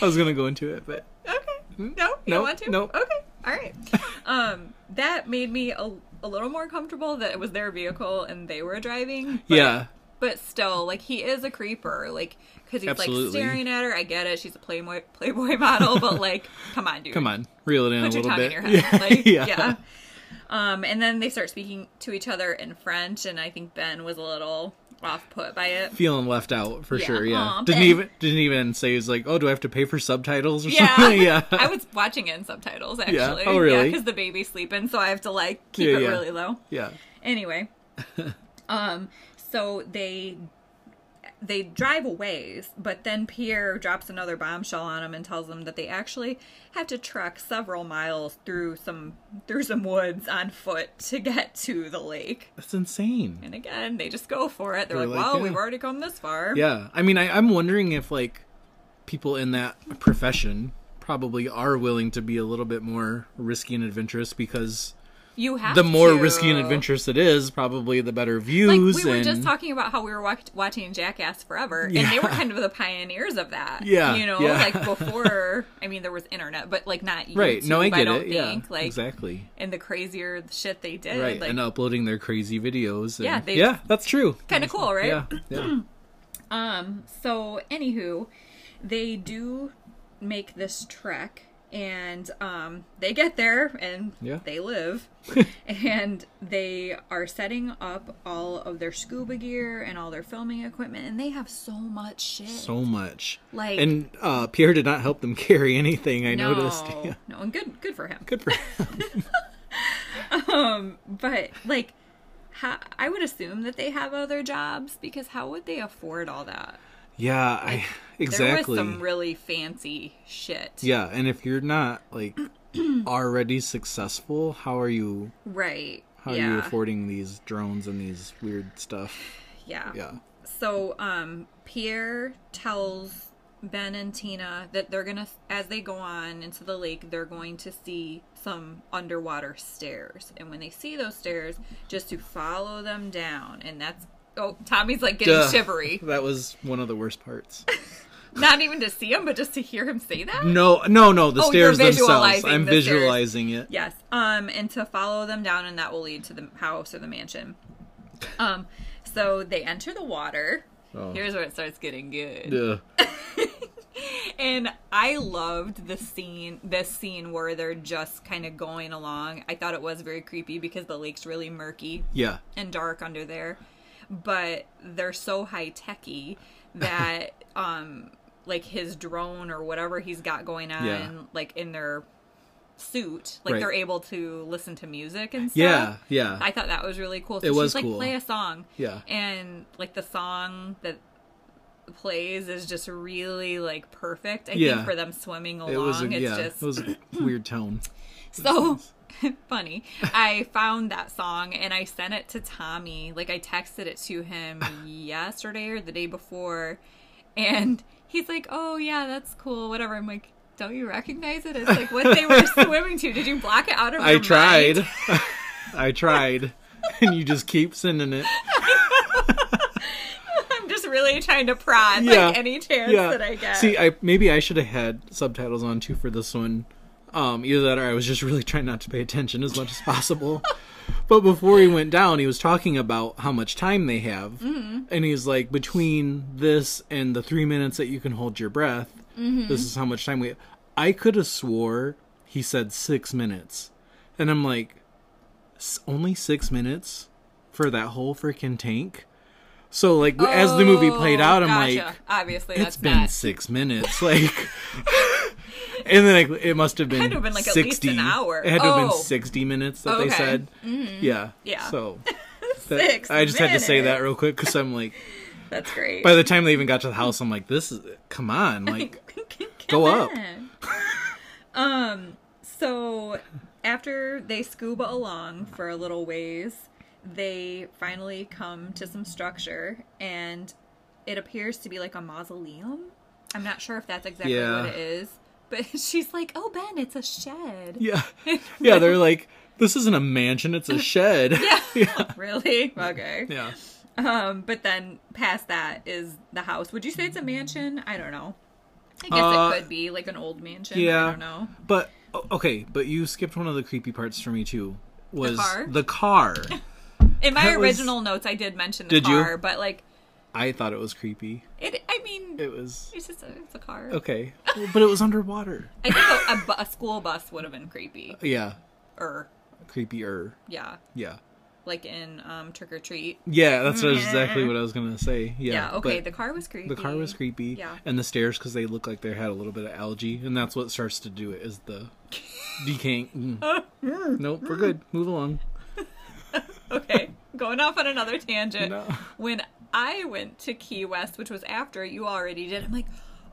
Speaker 1: I was gonna go into it, but
Speaker 2: okay, no, you
Speaker 1: Nope,
Speaker 2: don't want to?
Speaker 1: nope.
Speaker 2: Okay, all right. <laughs> um, that made me a, a little more comfortable that it was their vehicle and they were driving. but
Speaker 1: yeah,
Speaker 2: But still, like he is a creeper, like because he's
Speaker 1: Absolutely.
Speaker 2: like staring at her. I get it; she's a playboy playboy model, but like, <laughs> come on, dude,
Speaker 1: come on, reel it in
Speaker 2: put
Speaker 1: a
Speaker 2: your
Speaker 1: little
Speaker 2: tongue
Speaker 1: bit. <laughs>
Speaker 2: in your head. Like,
Speaker 1: yeah.
Speaker 2: yeah. Um, and then they start speaking to each other in French, and I think Ben was a little off put
Speaker 1: <laughs>
Speaker 2: by it.
Speaker 1: feeling left out for
Speaker 2: Yeah.
Speaker 1: sure. Yeah,
Speaker 2: Aw,
Speaker 1: didn't
Speaker 2: babe.
Speaker 1: even didn't even say he's like, oh, do I have to pay for subtitles or
Speaker 2: Yeah,
Speaker 1: something? <laughs> yeah,
Speaker 2: <laughs> I was watching it in subtitles actually.
Speaker 1: Yeah. Oh, really?
Speaker 2: because the baby's sleeping, so I have to like keep
Speaker 1: Yeah,
Speaker 2: it
Speaker 1: yeah.
Speaker 2: really low.
Speaker 1: yeah. <laughs>
Speaker 2: anyway um so they they drive a ways but then pierre drops another bombshell on them and tells them that they actually have to trek several miles through some through some woods on foot to get to the lake
Speaker 1: That's insane.
Speaker 2: and again they just go for it they're,
Speaker 1: They're
Speaker 2: like,
Speaker 1: like,
Speaker 2: well
Speaker 1: yeah.
Speaker 2: we've already come this far
Speaker 1: Yeah, I mean, I, I'm wondering if like people in that profession probably are willing to be a little bit more risky and adventurous because
Speaker 2: You have
Speaker 1: the more
Speaker 2: to.
Speaker 1: risky and adventurous it is, probably the better
Speaker 2: Like
Speaker 1: views.
Speaker 2: we were
Speaker 1: and
Speaker 2: just talking about how we were watch- watching Jackass Forever, and they were kind of the pioneers of that.
Speaker 1: <laughs> Yeah,
Speaker 2: you know,
Speaker 1: yeah.
Speaker 2: like before. I mean, there was internet, but like not YouTube,
Speaker 1: right? No, I get
Speaker 2: don't
Speaker 1: it.
Speaker 2: Think.
Speaker 1: yeah,
Speaker 2: like
Speaker 1: exactly.
Speaker 2: and the crazier shit they did,
Speaker 1: Right,
Speaker 2: like
Speaker 1: and uh, uploading their crazy videos. and-
Speaker 2: Yeah, they-
Speaker 1: yeah, that's true.
Speaker 2: kind of cool, right?
Speaker 1: Yeah, yeah.
Speaker 2: Um, so anywho, they do make this trek and um they get there and
Speaker 1: Yeah.
Speaker 2: they
Speaker 1: <laughs>
Speaker 2: live and they are setting up all of their scuba gear and all their filming equipment and they have so much shit.
Speaker 1: so much.
Speaker 2: Like-
Speaker 1: and uh, Pierre did not help them <laughs> carry anything. I
Speaker 2: no,
Speaker 1: noticed. Yeah.
Speaker 2: no, and good good for him.
Speaker 1: Good for
Speaker 2: But like how, I would assume that they have other jobs because how would they afford all that?
Speaker 1: <laughs> yeah, I exactly.
Speaker 2: There was some really fancy shit.
Speaker 1: yeah, and if you're not like <clears throat> already successful, how are you?
Speaker 2: Right.
Speaker 1: How
Speaker 2: yeah.
Speaker 1: are you affording these drones and these weird stuff?
Speaker 2: Yeah.
Speaker 1: Yeah,
Speaker 2: So, um, Pierre tells Ben and Tina that they're gonna, as they go on into the lake, they're going to see some underwater stairs. And when they see those stairs, just to follow them down. And that's, oh, Tommy's like getting
Speaker 1: Duh.
Speaker 2: shivery.
Speaker 1: <laughs> that was one of the worst parts.
Speaker 2: Not even to see him, but just to hear him say that.
Speaker 1: No, no, no. The
Speaker 2: Oh, you're
Speaker 1: stairs themselves.
Speaker 2: visualizing
Speaker 1: I'm
Speaker 2: the stairs.
Speaker 1: visualizing it.
Speaker 2: Yes. Um, and to follow them down, and that will lead to the house or the mansion. Um, so they enter the water.
Speaker 1: Oh.
Speaker 2: Here's where it starts getting good.
Speaker 1: Ugh.
Speaker 2: And I loved the scene, this scene where they're just kind of going along. I thought it was very creepy because the lake's really murky
Speaker 1: Yeah.
Speaker 2: and dark under there, but they're so
Speaker 1: <laughs>
Speaker 2: high techy that, um, like his drone or whatever he's got going on,
Speaker 1: Yeah.
Speaker 2: like in their suit, like
Speaker 1: Right.
Speaker 2: they're able to listen to music and stuff.
Speaker 1: Yeah. Yeah.
Speaker 2: I thought that was really cool. So
Speaker 1: It
Speaker 2: she's
Speaker 1: was
Speaker 2: like,
Speaker 1: cool.
Speaker 2: play a song.
Speaker 1: Yeah.
Speaker 2: And like the song that plays is just really like perfect. I
Speaker 1: Yeah.
Speaker 2: think for them swimming along,
Speaker 1: it was. A,
Speaker 2: it's
Speaker 1: yeah.
Speaker 2: just
Speaker 1: It was
Speaker 2: <clears throat>
Speaker 1: a weird tone.
Speaker 2: so <laughs> funny. I found that song and I sent it to Tommy. Like I texted it
Speaker 1: <laughs>
Speaker 2: to him yesterday or the day before, and he's like, "Oh yeah, that's cool. Whatever." I'm like. Don't you recognize it? It's like what
Speaker 1: <laughs>
Speaker 2: they were swimming to. Did you block it out of your
Speaker 1: I
Speaker 2: mind?
Speaker 1: tried. <laughs> I tried. <laughs> And you just keep sending it.
Speaker 2: I'm just really trying to prod
Speaker 1: Yeah.
Speaker 2: like any chance
Speaker 1: Yeah.
Speaker 2: that I get.
Speaker 1: See, I maybe I should have had subtitles on too for this one. Um, either that or I was just really trying not to pay attention as much as
Speaker 2: <laughs>
Speaker 1: possible. but before he went down, he was talking about how much time they have.
Speaker 2: Mm-hmm.
Speaker 1: And he's like, between this and the three minutes that you can hold your breath,
Speaker 2: Mm-hmm.
Speaker 1: this is how much time we I could have swore he said six minutes. And I'm like, "S- only six minutes for that whole freaking tank? So, like, as the movie played
Speaker 2: Oh,
Speaker 1: out, I'm
Speaker 2: gotcha.
Speaker 1: like,
Speaker 2: obviously
Speaker 1: it's
Speaker 2: that's
Speaker 1: been
Speaker 2: not.
Speaker 1: six minutes <laughs> like and then it, it must have been,
Speaker 2: Had to have been, like, at
Speaker 1: 60
Speaker 2: least an hour.
Speaker 1: it had to have been
Speaker 2: Oh.
Speaker 1: 60 minutes that they
Speaker 2: Okay. Mm-hmm.
Speaker 1: said yeah
Speaker 2: Yeah. <laughs>
Speaker 1: so that-
Speaker 2: Six
Speaker 1: i just had to say that
Speaker 2: minutes.
Speaker 1: real quick because i'm like
Speaker 2: That's great.
Speaker 1: by the time they even got to the house i'm like this is come
Speaker 2: <laughs>
Speaker 1: on like go up
Speaker 2: um. So after they scuba along for a little ways, they finally come to some structure, and it appears to be like a mausoleum. I'm not sure if that's exactly
Speaker 1: Yeah.
Speaker 2: what it is, but <laughs> she's like, "Oh, Ben, it's a shed."
Speaker 1: yeah yeah they're like this isn't a mansion it's a shed
Speaker 2: <laughs>
Speaker 1: yeah
Speaker 2: Really? <laughs> Okay.
Speaker 1: yeah
Speaker 2: Um, but then past that is the house. Would you say it's a mansion? I don't know. I guess
Speaker 1: Uh,
Speaker 2: it could be like an old mansion.
Speaker 1: yeah
Speaker 2: I don't know.
Speaker 1: but o- okay but you skipped one of the creepy parts for me too was
Speaker 2: car?
Speaker 1: the
Speaker 2: <laughs>
Speaker 1: car
Speaker 2: In my
Speaker 1: That was-
Speaker 2: original notes, I did mention the
Speaker 1: Did you?
Speaker 2: car, but like
Speaker 1: i thought it was creepy
Speaker 2: it. I mean,
Speaker 1: it was
Speaker 2: it's just a, it's a car.
Speaker 1: Okay, Well, but it was underwater.
Speaker 2: I think a, a, bu- a school bus would have been creepy.
Speaker 1: Yeah,
Speaker 2: Or
Speaker 1: creepier.
Speaker 2: yeah,
Speaker 1: Yeah,
Speaker 2: like in um, Trick or Treat.
Speaker 1: yeah. That's what- exactly what I was gonna say. Yeah.
Speaker 2: Mm-hmm. Yeah. okay.
Speaker 1: but
Speaker 2: The car was creepy.
Speaker 1: the car was creepy.
Speaker 2: Yeah.
Speaker 1: And the stairs because they look like they had a little bit of algae, and that's what starts to do it is the decaying.
Speaker 2: <laughs> Uh,
Speaker 1: Mm. nope, we're good. Move along.
Speaker 2: <laughs> Okay. Going off on another tangent.
Speaker 1: No. <laughs>
Speaker 2: When I went to Key West, which was after you already did, I'm like,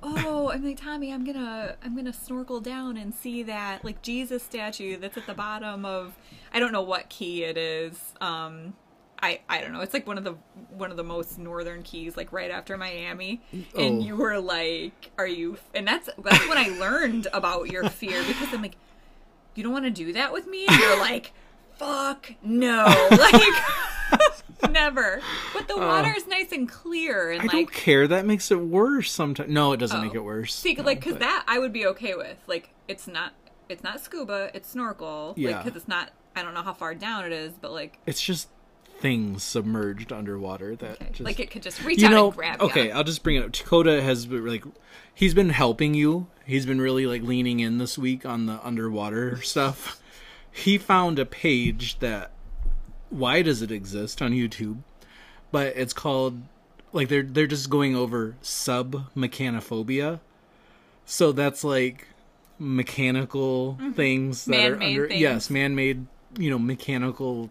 Speaker 2: oh, I'm like Tommy, I'm gonna, I'm gonna snorkel down and see that like Jesus statue that's at the bottom of, I don't know what key it is. Um, I, I don't know. It's like one of the one of the most northern keys, like right after Miami.
Speaker 1: Oh.
Speaker 2: And you were like, "Are you?" And that's that's when I learned about your fear because I'm like, <laughs> you don't want to do that with me? And you're like, fuck no. <laughs> Like, never. But the water is nice and clear. And
Speaker 1: Oh. I
Speaker 2: like,
Speaker 1: don't care. That makes it worse sometimes. No, it doesn't make
Speaker 2: Oh.
Speaker 1: it worse.
Speaker 2: See,
Speaker 1: No,
Speaker 2: like, because
Speaker 1: but-
Speaker 2: that I would be okay with. Like, it's not, it's not scuba, it's snorkel.
Speaker 1: Yeah.
Speaker 2: because it's not. I don't know how far down it is, but like,
Speaker 1: It's just things submerged underwater that just
Speaker 2: like it could just reach
Speaker 1: you
Speaker 2: out
Speaker 1: know,
Speaker 2: and grab. ya.
Speaker 1: okay, I'll just bring it up. Dakota has been like, he's been helping you. He's been really like leaning in this week on the underwater stuff. He found a page that why does it exist on YouTube? But it's called like they're they're just going over sub mechanophobia. So that's like mechanical things that are
Speaker 2: Mm-hmm. Man-made
Speaker 1: under
Speaker 2: things.
Speaker 1: yes, man-made, you know, mechanical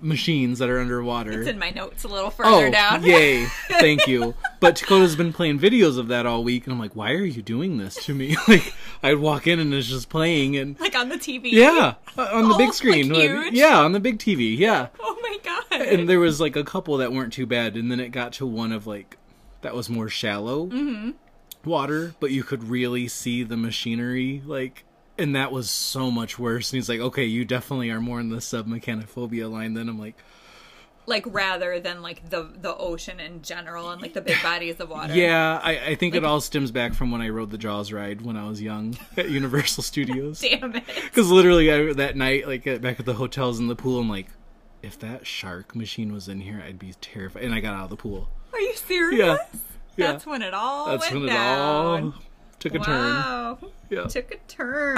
Speaker 1: machines that are underwater.
Speaker 2: It's in my notes a
Speaker 1: Oh,
Speaker 2: little further down.
Speaker 1: Yay. Thank you. But Dakota's been playing videos of that all week and I'm like, Why are you doing this to me? <laughs> Like I'd walk in and it's just playing and
Speaker 2: <laughs> Like on the TV.
Speaker 1: Yeah. uh, On the
Speaker 2: Oh,
Speaker 1: big
Speaker 2: like
Speaker 1: screen. like-
Speaker 2: huge?
Speaker 1: yeah, on the big TV, yeah.
Speaker 2: <laughs> Oh my god.
Speaker 1: And there was like a couple that weren't too bad and then it got to one of like that was more shallow
Speaker 2: Mm-hmm.
Speaker 1: water, but you could really see the machinery like and that was so much worse. And he's like, Okay, you definitely are more in the submechanophobia line than I'm like
Speaker 2: like rather than like the the ocean in general and like the big bodies of water.
Speaker 1: Yeah, I, I think it all stems back from when I rode the Jaws ride when I was
Speaker 2: <laughs>
Speaker 1: young at Universal Studios.
Speaker 2: <laughs> Damn it.
Speaker 1: Because literally I, that night, like at- back at the hotels in the pool, I'm like, if that shark machine was in here, I'd be terrified. And I got out of the pool.
Speaker 2: Are you serious?
Speaker 1: Yeah, yeah.
Speaker 2: That's when it all
Speaker 1: That's
Speaker 2: went
Speaker 1: when it
Speaker 2: down.
Speaker 1: all took a turn.
Speaker 2: wow.
Speaker 1: Yeah.
Speaker 2: Took a turn.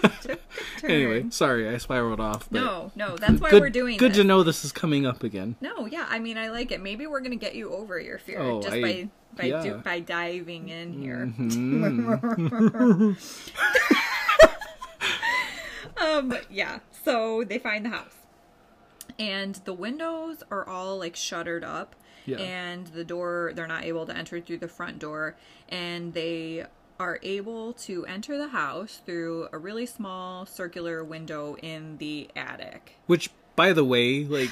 Speaker 2: <laughs> Took a turn.
Speaker 1: Anyway, sorry, I spiraled off. But
Speaker 2: No, no, that's why
Speaker 1: good,
Speaker 2: we're doing
Speaker 1: Good
Speaker 2: this.
Speaker 1: to know this is coming up again.
Speaker 2: No, yeah, I mean, I like it. Maybe we're gonna get you over your fear
Speaker 1: Oh,
Speaker 2: just
Speaker 1: I-
Speaker 2: by by
Speaker 1: yeah.
Speaker 2: do, by diving in here.
Speaker 1: Mm-hmm.
Speaker 2: <laughs> um, yeah. So they find the house, and the windows are all like shuttered up,
Speaker 1: Yeah.
Speaker 2: and the door they're not able to enter through the front door, and they are able to enter the house through a really small circular window in the attic.
Speaker 1: Which, by the way, like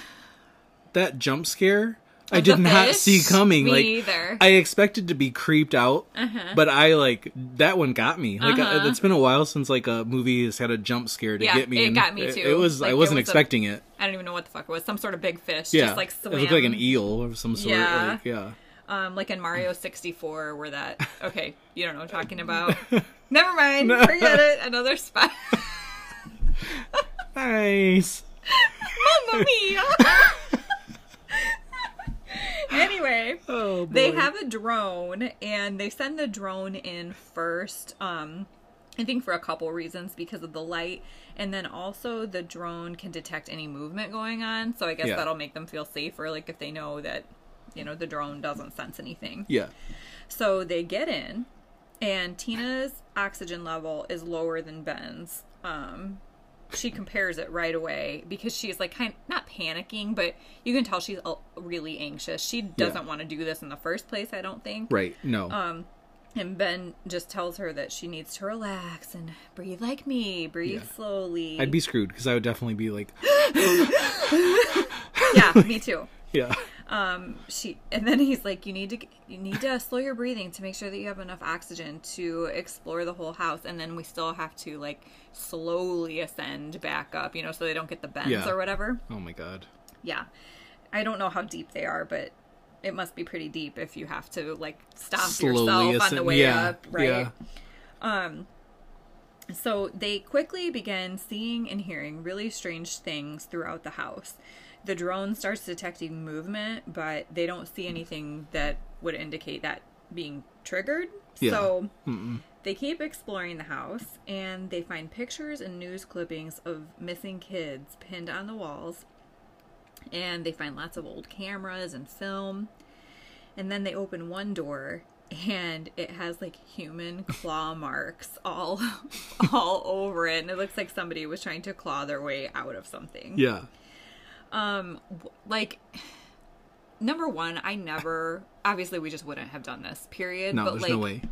Speaker 1: that jump scare, I
Speaker 2: Of the
Speaker 1: did not
Speaker 2: fish?
Speaker 1: see coming.
Speaker 2: Me
Speaker 1: like
Speaker 2: either. Uh-huh.
Speaker 1: I expected to be creeped out, but I like that one got me. Like I, it's been a while since like a movie has had a jump scare to
Speaker 2: Yeah,
Speaker 1: get me.
Speaker 2: it
Speaker 1: and
Speaker 2: got me
Speaker 1: It,
Speaker 2: too.
Speaker 1: it was
Speaker 2: Like,
Speaker 1: I
Speaker 2: it
Speaker 1: wasn't
Speaker 2: was a-
Speaker 1: expecting it.
Speaker 2: I don't even know what the fuck it was. Some sort of big fish,
Speaker 1: Yeah,
Speaker 2: just like
Speaker 1: it
Speaker 2: swam.
Speaker 1: looked like an e- eel of some sort.
Speaker 2: Yeah.
Speaker 1: Like, yeah.
Speaker 2: um, like in Mario 64,
Speaker 1: <laughs>
Speaker 2: where that. Okay, you don't know what I'm talking about. Never mind. Forget it.
Speaker 1: <laughs>
Speaker 2: Another spot.
Speaker 1: Nice.
Speaker 2: Mamma mia.
Speaker 1: <laughs>
Speaker 2: anyway,
Speaker 1: Oh boy.
Speaker 2: they have a drone, and they send the drone in first. Um, I think for a couple reasons because of the light, and then also the drone can detect any movement going on. So I guess
Speaker 1: Yeah.
Speaker 2: that'll make them feel safer, like if they know that, you know, the drone doesn't sense anything.
Speaker 1: Yeah.
Speaker 2: So they get in, and Tina's oxygen level is lower than Ben's. Um, she compares it right away because she's like kind not panicking, but you can tell she's uh, really anxious. She doesn't want to do this in the first place, I don't think.
Speaker 1: Right. No.
Speaker 2: Um, And Ben just tells her that she needs to relax and breathe like me, breathe
Speaker 1: Yeah.
Speaker 2: slowly.
Speaker 1: I'd be screwed because I would definitely be like, <gasps>
Speaker 2: yeah, me too.
Speaker 1: yeah.
Speaker 2: she and then he's like you need to you need to slow your breathing to make sure that you have enough oxygen to explore the whole house and then we still have to like slowly ascend back up you know so they don't get the bends
Speaker 1: Yeah.
Speaker 2: or whatever
Speaker 1: Oh my god.
Speaker 2: yeah i don't know how deep they are but it must be pretty deep if you have to like stop yourself on the
Speaker 1: ascend-
Speaker 2: way
Speaker 1: yeah,
Speaker 2: up right
Speaker 1: Yeah.
Speaker 2: So they quickly begin seeing and hearing really strange things throughout the house. The drone starts detecting movement, but they don't see anything that would indicate that being triggered.
Speaker 1: Yeah.
Speaker 2: So they keep exploring the house and they find pictures and news clippings of missing kids pinned on the walls. And they find lots of old cameras and film. And then they open one door and it has like human claw marks all <laughs> all over it and it looks like somebody was trying to claw their way out of something.
Speaker 1: Yeah.
Speaker 2: Like number 1, I never obviously we just wouldn't have done this. Period,
Speaker 1: No,
Speaker 2: but
Speaker 1: there's
Speaker 2: like
Speaker 1: no way.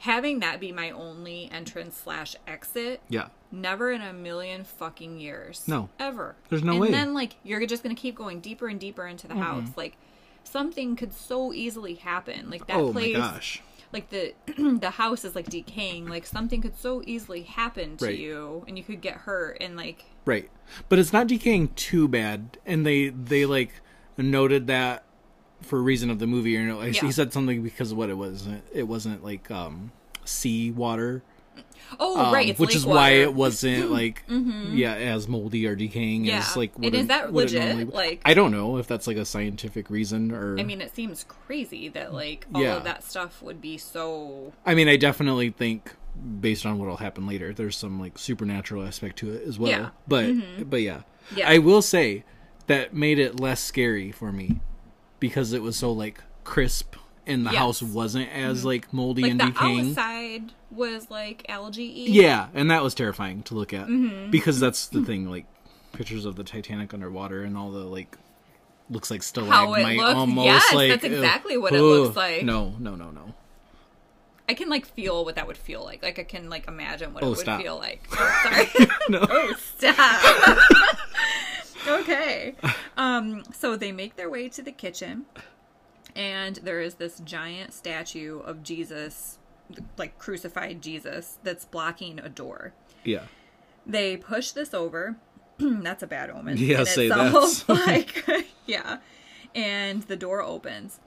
Speaker 2: having that be my only entrance slash exit
Speaker 1: Yeah.
Speaker 2: Never in a million fucking years.
Speaker 1: No.
Speaker 2: Ever.
Speaker 1: There's no
Speaker 2: and
Speaker 1: way.
Speaker 2: And then, like, you're just going to keep going deeper and deeper into the house. Like, something could so easily happen. Like, that
Speaker 1: oh
Speaker 2: place.
Speaker 1: my gosh.
Speaker 2: Like, the, <clears throat> the house is, like, decaying. Like, something could so easily happen to
Speaker 1: Right.
Speaker 2: you, and you could get hurt. And, like,
Speaker 1: Right. But it's not decaying too bad. And they they like noted that for a reason of the movie or no.
Speaker 2: Yeah.
Speaker 1: He said something because of what it was. It wasn't like um sea water.
Speaker 2: Oh,
Speaker 1: um,
Speaker 2: right, it's
Speaker 1: which
Speaker 2: lake
Speaker 1: is why
Speaker 2: water. Mm-hmm.
Speaker 1: it
Speaker 2: <clears throat>
Speaker 1: wasn't like yeah, as moldy or decaying
Speaker 2: Yeah.
Speaker 1: as like
Speaker 2: And
Speaker 1: it-
Speaker 2: is that
Speaker 1: what it
Speaker 2: legit?
Speaker 1: normally-
Speaker 2: Like-
Speaker 1: I don't know if that's like a scientific reason or
Speaker 2: I mean, it seems crazy that like all
Speaker 1: Yeah.
Speaker 2: of that stuff would be so.
Speaker 1: I mean, I definitely think based on what'll happen later, there's some like supernatural aspect to it as well.
Speaker 2: Yeah. Mm-hmm.
Speaker 1: But but yeah.
Speaker 2: Yeah.
Speaker 1: I will say that made it less scary for me because it was so like crisp and the
Speaker 2: Yes. Mm-hmm.
Speaker 1: house wasn't as like moldy
Speaker 2: Like
Speaker 1: and
Speaker 2: the
Speaker 1: decaying.
Speaker 2: outside was like algae.
Speaker 1: Yeah, and that was terrifying to look at
Speaker 2: Mm-hmm.
Speaker 1: because that's the thing like pictures of the Titanic underwater and all the like looks like
Speaker 2: How it
Speaker 1: stalagmite
Speaker 2: looks-
Speaker 1: almost
Speaker 2: yes,
Speaker 1: like
Speaker 2: that's
Speaker 1: ugh,
Speaker 2: exactly what it looks
Speaker 1: ugh.
Speaker 2: like.
Speaker 1: No, no, no, no.
Speaker 2: I can like feel what that would feel like. Like I can like imagine what
Speaker 1: Oh,
Speaker 2: it would
Speaker 1: stop.
Speaker 2: feel
Speaker 1: <laughs>
Speaker 2: like. Oh, sorry.
Speaker 1: No.
Speaker 2: Stop. <laughs> okay. Um, so they make their way to the kitchen, and there is this giant statue of Jesus, like crucified Jesus, that's blocking a door.
Speaker 1: Yeah.
Speaker 2: They push this over. <clears throat> that's a bad omen.
Speaker 1: Yeah,
Speaker 2: in
Speaker 1: say <laughs>
Speaker 2: itself. <laughs>
Speaker 1: that's-
Speaker 2: like, yeah. And the door opens.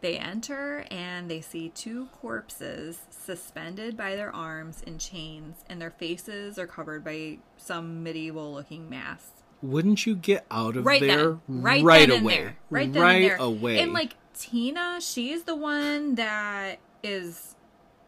Speaker 2: They enter and they see two corpses suspended by their arms in chains, and their faces are covered by some medieval looking mask.
Speaker 1: wouldn't you get out of
Speaker 2: Right
Speaker 1: there
Speaker 2: then, right,
Speaker 1: right
Speaker 2: then
Speaker 1: away
Speaker 2: and there, right then
Speaker 1: Right
Speaker 2: and there.
Speaker 1: away
Speaker 2: And like Tina, she's the one that is,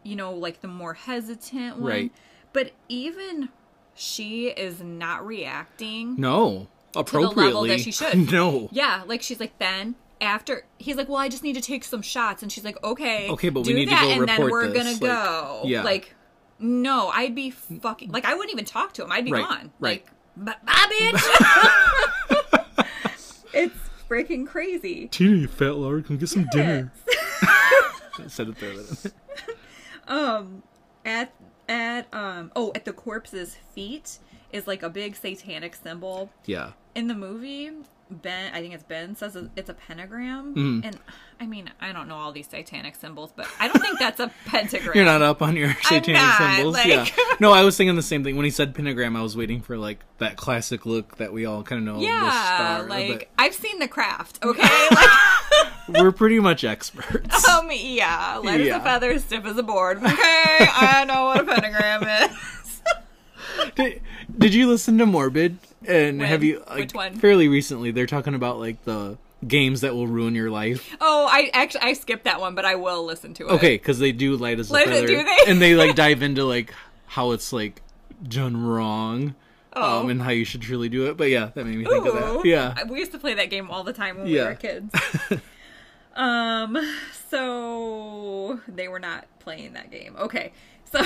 Speaker 2: you know, like the more hesitant one.
Speaker 1: Right.
Speaker 2: But even she is not reacting.
Speaker 1: no
Speaker 2: level
Speaker 1: appropriately
Speaker 2: that she
Speaker 1: <laughs>
Speaker 2: should.
Speaker 1: no
Speaker 2: Yeah, like she's like then after he's like, well, I just need to take some shots, and she's like, okay,
Speaker 1: Okay, but we
Speaker 2: do
Speaker 1: need to
Speaker 2: that,
Speaker 1: go
Speaker 2: and then
Speaker 1: report
Speaker 2: we're
Speaker 1: this,"
Speaker 2: gonna
Speaker 1: like,
Speaker 2: go.
Speaker 1: yeah.
Speaker 2: like no, I'd be fucking like I wouldn't even talk to him. I'd be
Speaker 1: Right,
Speaker 2: gone.
Speaker 1: right.
Speaker 2: Like, b- bye, bitch.
Speaker 1: <laughs>
Speaker 2: <laughs> it's freaking crazy.
Speaker 1: tina you fat lard come get some dinner I <laughs> said it there but-
Speaker 2: At at um oh at the corpse's feet is like a big satanic symbol.
Speaker 1: yeah
Speaker 2: in the movie ben i think it's ben says it- it's a pentagram
Speaker 1: Mm.
Speaker 2: and i mean i don't know all these satanic symbols but i don't think that's a <laughs> pentagram
Speaker 1: you're not up on your satanic
Speaker 2: not,
Speaker 1: symbols
Speaker 2: like-
Speaker 1: <laughs> yeah no i was thinking the same thing when he said pentagram i was waiting for like that classic look that we all kind of know the
Speaker 2: yeah
Speaker 1: star, but
Speaker 2: like i've seen the craft okay <laughs> like
Speaker 1: we're pretty much experts
Speaker 2: um yeah light as
Speaker 1: Yeah.
Speaker 2: a feather stiff as a board okay i know what a pentagram is
Speaker 1: <laughs>
Speaker 2: <laughs>
Speaker 1: did, did you listen to Morbid? And
Speaker 2: When?
Speaker 1: have you like,
Speaker 2: Which one?
Speaker 1: fairly recently? They're talking about like the games that will ruin your life.
Speaker 2: oh i actually i skipped that one but i will listen to it
Speaker 1: Okay, because they do light as a
Speaker 2: Light-
Speaker 1: feather,
Speaker 2: do they?
Speaker 1: and they
Speaker 2: <laughs>
Speaker 1: like dive into like how it's like done wrong, um, and how you should truly do it. But yeah, that made me think of
Speaker 2: Oh. Ooh.
Speaker 1: that. Yeah,
Speaker 2: We used to play that game all the time when we
Speaker 1: Yeah. <laughs>
Speaker 2: were kids. um, so they were not playing that game. Okay.
Speaker 1: <laughs>
Speaker 2: So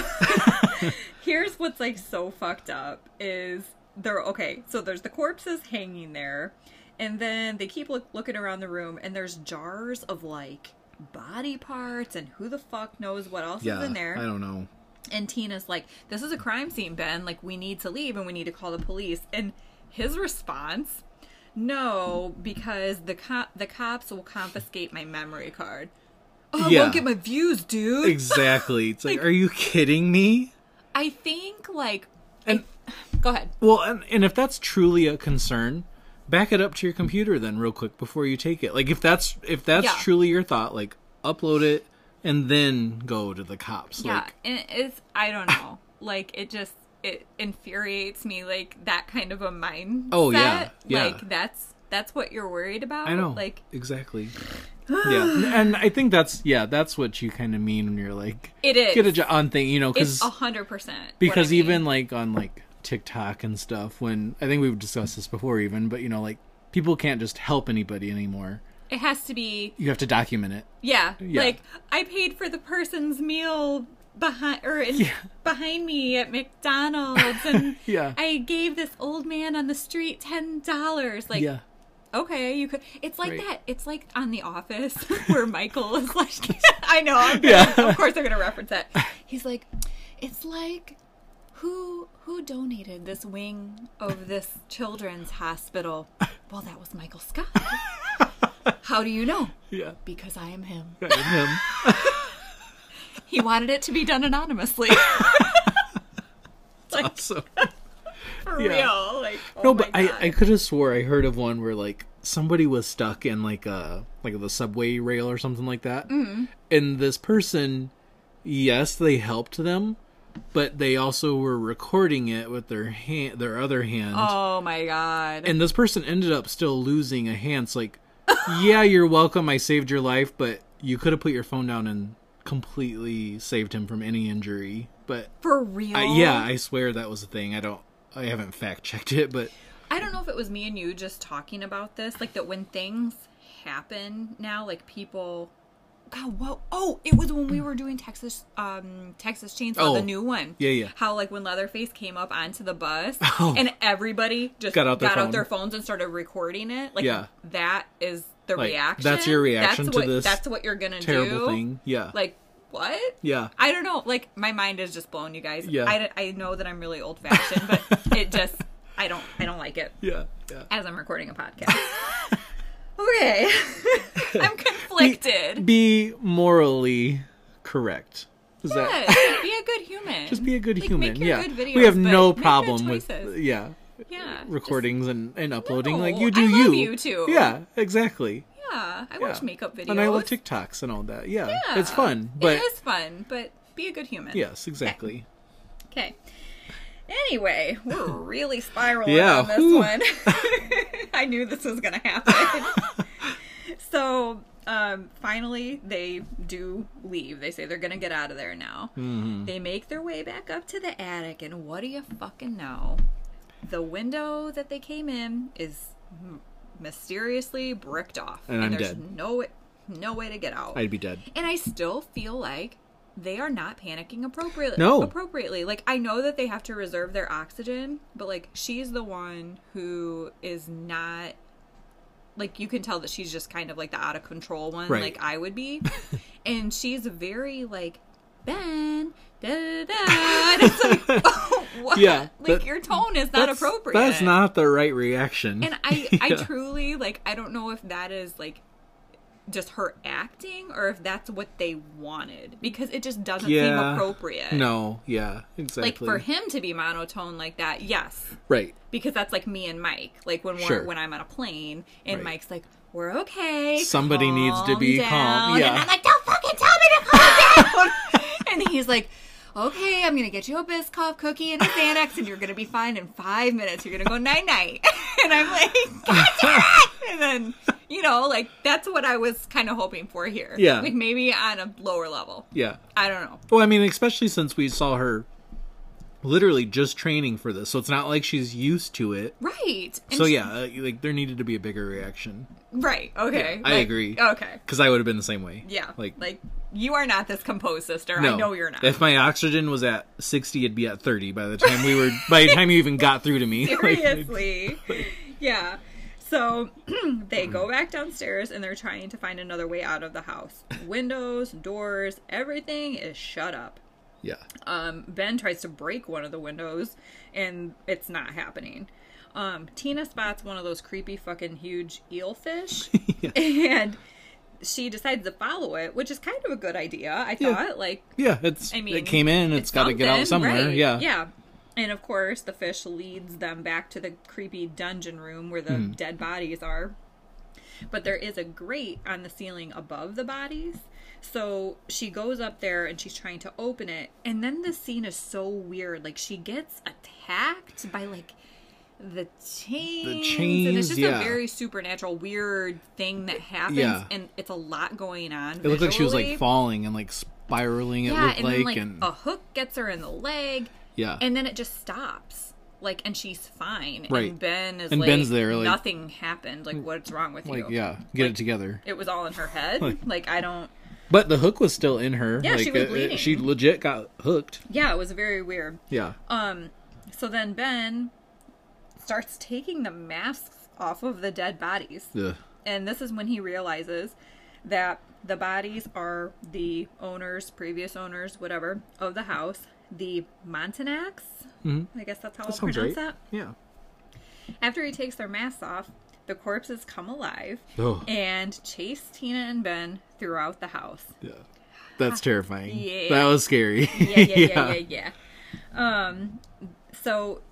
Speaker 2: here's what's like so fucked up is they're okay. So there's the corpses hanging there and then they keep look, looking around the room and there's jars of like body parts and who the fuck knows what else
Speaker 1: yeah.
Speaker 2: is in there.
Speaker 1: I don't know.
Speaker 2: And Tina's like, This is a crime scene, Ben. Like, we need to leave and we need to call the police. And his response, No, because the, co- the cops will confiscate my memory card. Oh, I
Speaker 1: Yeah.
Speaker 2: won't get my views, dude.
Speaker 1: Exactly.
Speaker 2: <laughs>
Speaker 1: It's like, are you kidding me?
Speaker 2: I think, like,
Speaker 1: And
Speaker 2: <sighs> go ahead.
Speaker 1: well, and, and if that's truly a concern, back it up to your computer then, real quick, before you take it. Like if that's if that's
Speaker 2: Yeah.
Speaker 1: truly your thought, like upload it and then go to the cops.
Speaker 2: Yeah.
Speaker 1: Like,
Speaker 2: And it's, I don't know. like, it just, it infuriates me, like, that kind of a mindset.
Speaker 1: Oh, yeah. Yeah.
Speaker 2: Like, that's, that's what you're worried about.
Speaker 1: I know.
Speaker 2: Like, <sighs>
Speaker 1: exactly. yeah, and I think that's yeah, that's what you kind of mean when you're like
Speaker 2: It is.
Speaker 1: get a job on thing, you know,
Speaker 2: it's
Speaker 1: because
Speaker 2: 100%. what I
Speaker 1: because
Speaker 2: mean.
Speaker 1: even like on like TikTok and stuff, when I think we've discussed this before, even but you know, like people can't just help anybody anymore.
Speaker 2: it has to be
Speaker 1: You have to document it.
Speaker 2: Yeah,
Speaker 1: Yeah.
Speaker 2: like I paid for the person's meal behind or in, behind me at McDonald's, and
Speaker 1: <laughs> Yeah.
Speaker 2: I gave this old man on the street ten dollars. Like,
Speaker 1: yeah,
Speaker 2: okay, you could. It's like
Speaker 1: Right.
Speaker 2: that. It's like on The Office <laughs> where Michael is like, <laughs> I know, I'm
Speaker 1: Yeah.
Speaker 2: gonna, of course they're gonna
Speaker 1: <laughs>
Speaker 2: reference that. He's like, it's like. Who who donated this wing of this
Speaker 1: <laughs>
Speaker 2: children's hospital? Well, that was Michael Scott. How do you know?
Speaker 1: <laughs> yeah.
Speaker 2: Because I am him.
Speaker 1: Right, him. <laughs>
Speaker 2: He wanted it to be done anonymously. like,
Speaker 1: So
Speaker 2: for real. Like, oh
Speaker 1: no, but
Speaker 2: my
Speaker 1: I,
Speaker 2: God.
Speaker 1: I could have swore I heard of one where like somebody was stuck in like a like the subway rail or something like that, and this person, yes, they helped them, but they also were recording it with their hand, their other hand,
Speaker 2: oh my god.
Speaker 1: and this person ended up still losing a hand. It's like, <laughs> yeah, you're welcome. I saved your life, but you could have put your phone down and completely saved him from any injury. But
Speaker 2: For real.
Speaker 1: I, yeah, I swear that was a thing. I don't. I haven't fact checked it, but
Speaker 2: I don't know if it was me and you just talking about this, like that when things happen now, like people. God, whoa! Oh, it was when we were doing Texas, um, Texas Chainsaw,
Speaker 1: Oh.
Speaker 2: the new one.
Speaker 1: Yeah, yeah.
Speaker 2: How like when Leatherface came up onto the bus,
Speaker 1: <laughs> Oh.
Speaker 2: and everybody just
Speaker 1: Got out their phone.
Speaker 2: phones and started recording it. Like
Speaker 1: Yeah.
Speaker 2: that is the
Speaker 1: Like,
Speaker 2: reaction.
Speaker 1: that's your reaction
Speaker 2: That's
Speaker 1: to
Speaker 2: what,
Speaker 1: this
Speaker 2: That's what you're gonna
Speaker 1: terrible
Speaker 2: do.
Speaker 1: thing. Yeah.
Speaker 2: Like what?
Speaker 1: yeah.
Speaker 2: I don't know. Like my mind is just blown, you guys.
Speaker 1: Yeah.
Speaker 2: I, I know that I'm really old
Speaker 1: <laughs>
Speaker 2: fashioned, but it just I don't I don't like it
Speaker 1: Yeah. Yeah.
Speaker 2: as I'm recording
Speaker 1: <laughs>
Speaker 2: a podcast. okay, <laughs> I'm conflicted.
Speaker 1: Be morally correct. Is that <laughs>
Speaker 2: Yes, be a good human.
Speaker 1: just be a good
Speaker 2: Like,
Speaker 1: human?
Speaker 2: Make your
Speaker 1: yeah.
Speaker 2: good videos,
Speaker 1: we have
Speaker 2: but
Speaker 1: no
Speaker 2: make good
Speaker 1: problem with
Speaker 2: choices.
Speaker 1: yeah,
Speaker 2: yeah just-
Speaker 1: recordings and, and uploading like
Speaker 2: No,
Speaker 1: you do
Speaker 2: I
Speaker 1: you.
Speaker 2: love you too.
Speaker 1: Yeah, exactly.
Speaker 2: yeah, I
Speaker 1: Yeah.
Speaker 2: watch makeup videos.
Speaker 1: And I love TikToks and all that. Yeah.
Speaker 2: Yeah.
Speaker 1: It's fun, but
Speaker 2: it is fun. But be a good human.
Speaker 1: yes, exactly.
Speaker 2: Okay. Anyway, we're really spiraling
Speaker 1: Yeah,
Speaker 2: on this
Speaker 1: whew.
Speaker 2: one. <laughs> I knew this was going to
Speaker 1: <laughs>
Speaker 2: happen. so, um, finally, they do leave. They say they're going to get out of there now.
Speaker 1: Mm-hmm.
Speaker 2: They make their way back up to the attic, and what do you fucking know? The window that they came in is m- mysteriously bricked off,
Speaker 1: And I'm
Speaker 2: there's
Speaker 1: dead.
Speaker 2: no no way to get out.
Speaker 1: I'd be dead.
Speaker 2: <laughs> And I still feel like they are not panicking appropriately.
Speaker 1: No.
Speaker 2: Appropriately. Like I know that they have to reserve their oxygen, but like she's the one who is not like you can tell that she's just kind of like the out of control one
Speaker 1: Right.
Speaker 2: like I
Speaker 1: <laughs>
Speaker 2: would be. and she's very like Ben da, da, da.
Speaker 1: <laughs>
Speaker 2: And it's like oh, what?
Speaker 1: Yeah,
Speaker 2: like
Speaker 1: that-
Speaker 2: your tone is not
Speaker 1: That's-
Speaker 2: appropriate.
Speaker 1: That's not the right reaction.
Speaker 2: And I, I
Speaker 1: <laughs> Yeah.
Speaker 2: truly like. I don't know if that is like just her acting or if that's what they wanted because it just doesn't seem
Speaker 1: Yeah.
Speaker 2: appropriate.
Speaker 1: No, yeah,
Speaker 2: Like
Speaker 1: exactly.
Speaker 2: for him to be monotone like that, yes,
Speaker 1: Right.
Speaker 2: because that's like me and Mike. Like when we're
Speaker 1: Sure.
Speaker 2: when I'm on a plane and
Speaker 1: Right.
Speaker 2: Mike's like, "We're okay."
Speaker 1: Somebody
Speaker 2: calm
Speaker 1: needs to be
Speaker 2: down."
Speaker 1: calm.
Speaker 2: And
Speaker 1: Yeah.
Speaker 2: I'm like, "Don't fucking tell me to calm
Speaker 1: <laughs>
Speaker 2: down." and he's like. Okay, I'm gonna get you a Biscoff cookie and a Xanax, and you're gonna be fine in five minutes. You're gonna go night night, <laughs> and I'm like, "God damn it!" and then you know, like that's what I was kind of hoping for here.
Speaker 1: Yeah.
Speaker 2: like maybe on a lower level.
Speaker 1: Yeah.
Speaker 2: I don't know.
Speaker 1: Well, I mean, especially since we saw her literally just training for this, so it's not like she's used to it.
Speaker 2: Right. And
Speaker 1: so
Speaker 2: she-
Speaker 1: yeah, uh, like there needed to be a bigger reaction
Speaker 2: Right. Okay.
Speaker 1: Yeah, I
Speaker 2: Like,
Speaker 1: agree.
Speaker 2: Okay.
Speaker 1: because I would have been the same way.
Speaker 2: Yeah.
Speaker 1: like
Speaker 2: Like, you are not this composed sister.
Speaker 1: no,
Speaker 2: I know you're not. <laughs>
Speaker 1: If my oxygen was at sixty, it'd be at thirty by the time we were. by the time you even got through to me. <laughs> Like,
Speaker 2: Seriously.
Speaker 1: <laughs>
Speaker 2: yeah. So <clears throat> they go back downstairs and they're trying to find another way out of the house. Windows, doors, everything is shut up.
Speaker 1: yeah,
Speaker 2: Um, ben tries to break one of the windows and it's not happening. Um, Tina spots one of those creepy fucking huge
Speaker 1: <laughs>
Speaker 2: eel fish and she decides to follow it, which is kind of a good idea, I
Speaker 1: Yeah.
Speaker 2: thought. Like,
Speaker 1: yeah. It's
Speaker 2: I mean,
Speaker 1: it came in. it's got to get out
Speaker 2: something,
Speaker 1: somewhere.
Speaker 2: right,
Speaker 1: Yeah,
Speaker 2: Yeah. And of course, the fish leads them back to the creepy dungeon room where the
Speaker 1: Hmm.
Speaker 2: dead bodies are. But there is a grate on the ceiling above the bodies. So she goes up there and she's trying to open it. And then the scene is so weird. Like she gets attacked by like the chains. and
Speaker 1: chains,
Speaker 2: it's just
Speaker 1: yeah.
Speaker 2: a very supernatural, weird thing that happens.
Speaker 1: Yeah.
Speaker 2: And it's a lot going on.
Speaker 1: It looked like she was like
Speaker 2: visually.
Speaker 1: falling and like spiraling. It
Speaker 2: Yeah,
Speaker 1: looked
Speaker 2: and
Speaker 1: like,
Speaker 2: then like
Speaker 1: and
Speaker 2: a hook gets her in the leg,
Speaker 1: yeah,
Speaker 2: and then it just stops. Like, and she's fine.
Speaker 1: Right.
Speaker 2: And Ben is
Speaker 1: And
Speaker 2: like,
Speaker 1: Ben's there, like-
Speaker 2: nothing happened. Like, what's wrong with
Speaker 1: like
Speaker 2: you?
Speaker 1: yeah, get it together.
Speaker 2: It was all in her
Speaker 1: <laughs>
Speaker 2: head.
Speaker 1: Like-
Speaker 2: Like, I don't.
Speaker 1: But the hook was still in her.
Speaker 2: Yeah,
Speaker 1: like,
Speaker 2: she was
Speaker 1: it- it-
Speaker 2: bleeding.
Speaker 1: she legit got hooked.
Speaker 2: Yeah, it was very weird.
Speaker 1: Yeah,
Speaker 2: Um, so then Ben starts taking the masks off of the dead bodies.
Speaker 1: Ugh.
Speaker 2: And this is when he realizes that the bodies are the owners, previous owners, whatever, of the house, the Montanacs. I guess that's how I'll
Speaker 1: Mm-hmm. sounds
Speaker 2: pronounce
Speaker 1: right.
Speaker 2: that.
Speaker 1: Yeah.
Speaker 2: After he takes their masks off, the corpses come alive
Speaker 1: Oh.
Speaker 2: and chase Tina and Ben throughout the
Speaker 1: <laughs>
Speaker 2: house.
Speaker 1: Yeah.
Speaker 2: <laughs>
Speaker 1: That's terrifying. <laughs>
Speaker 2: Yeah.
Speaker 1: That was scary.
Speaker 2: Yeah, yeah, yeah, yeah, yeah. Um, so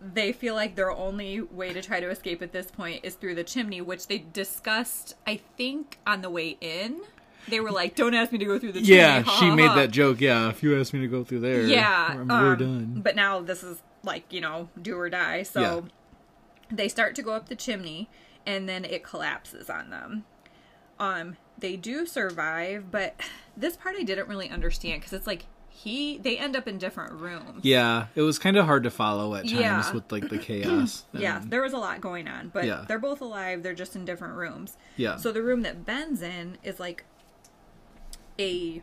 Speaker 2: they feel like their only way to try to escape at this point is through the chimney, which they discussed, I think, on the way in. They were like, "Don't ask me to go through the chimney." <laughs>
Speaker 1: Yeah,
Speaker 2: ha,
Speaker 1: she
Speaker 2: ha,
Speaker 1: made
Speaker 2: ha."
Speaker 1: that joke. Yeah, if you ask me to go through there,
Speaker 2: Yeah,
Speaker 1: I'm- we're
Speaker 2: um,
Speaker 1: done.
Speaker 2: But now this is like you know, do or die. So
Speaker 1: Yeah.
Speaker 2: they start to go up the chimney, and then it collapses on them. Um, they do survive, but this part I didn't really understand because it's like he they end up in different rooms.
Speaker 1: Yeah, it was kind of hard to follow at times
Speaker 2: Yeah.
Speaker 1: with like the
Speaker 2: <clears throat>
Speaker 1: chaos.
Speaker 2: Yeah,
Speaker 1: and-
Speaker 2: there was a lot going on, but
Speaker 1: Um, Yeah.
Speaker 2: they're both alive. They're just in different rooms.
Speaker 1: Yeah.
Speaker 2: So the room that Ben's in is like a.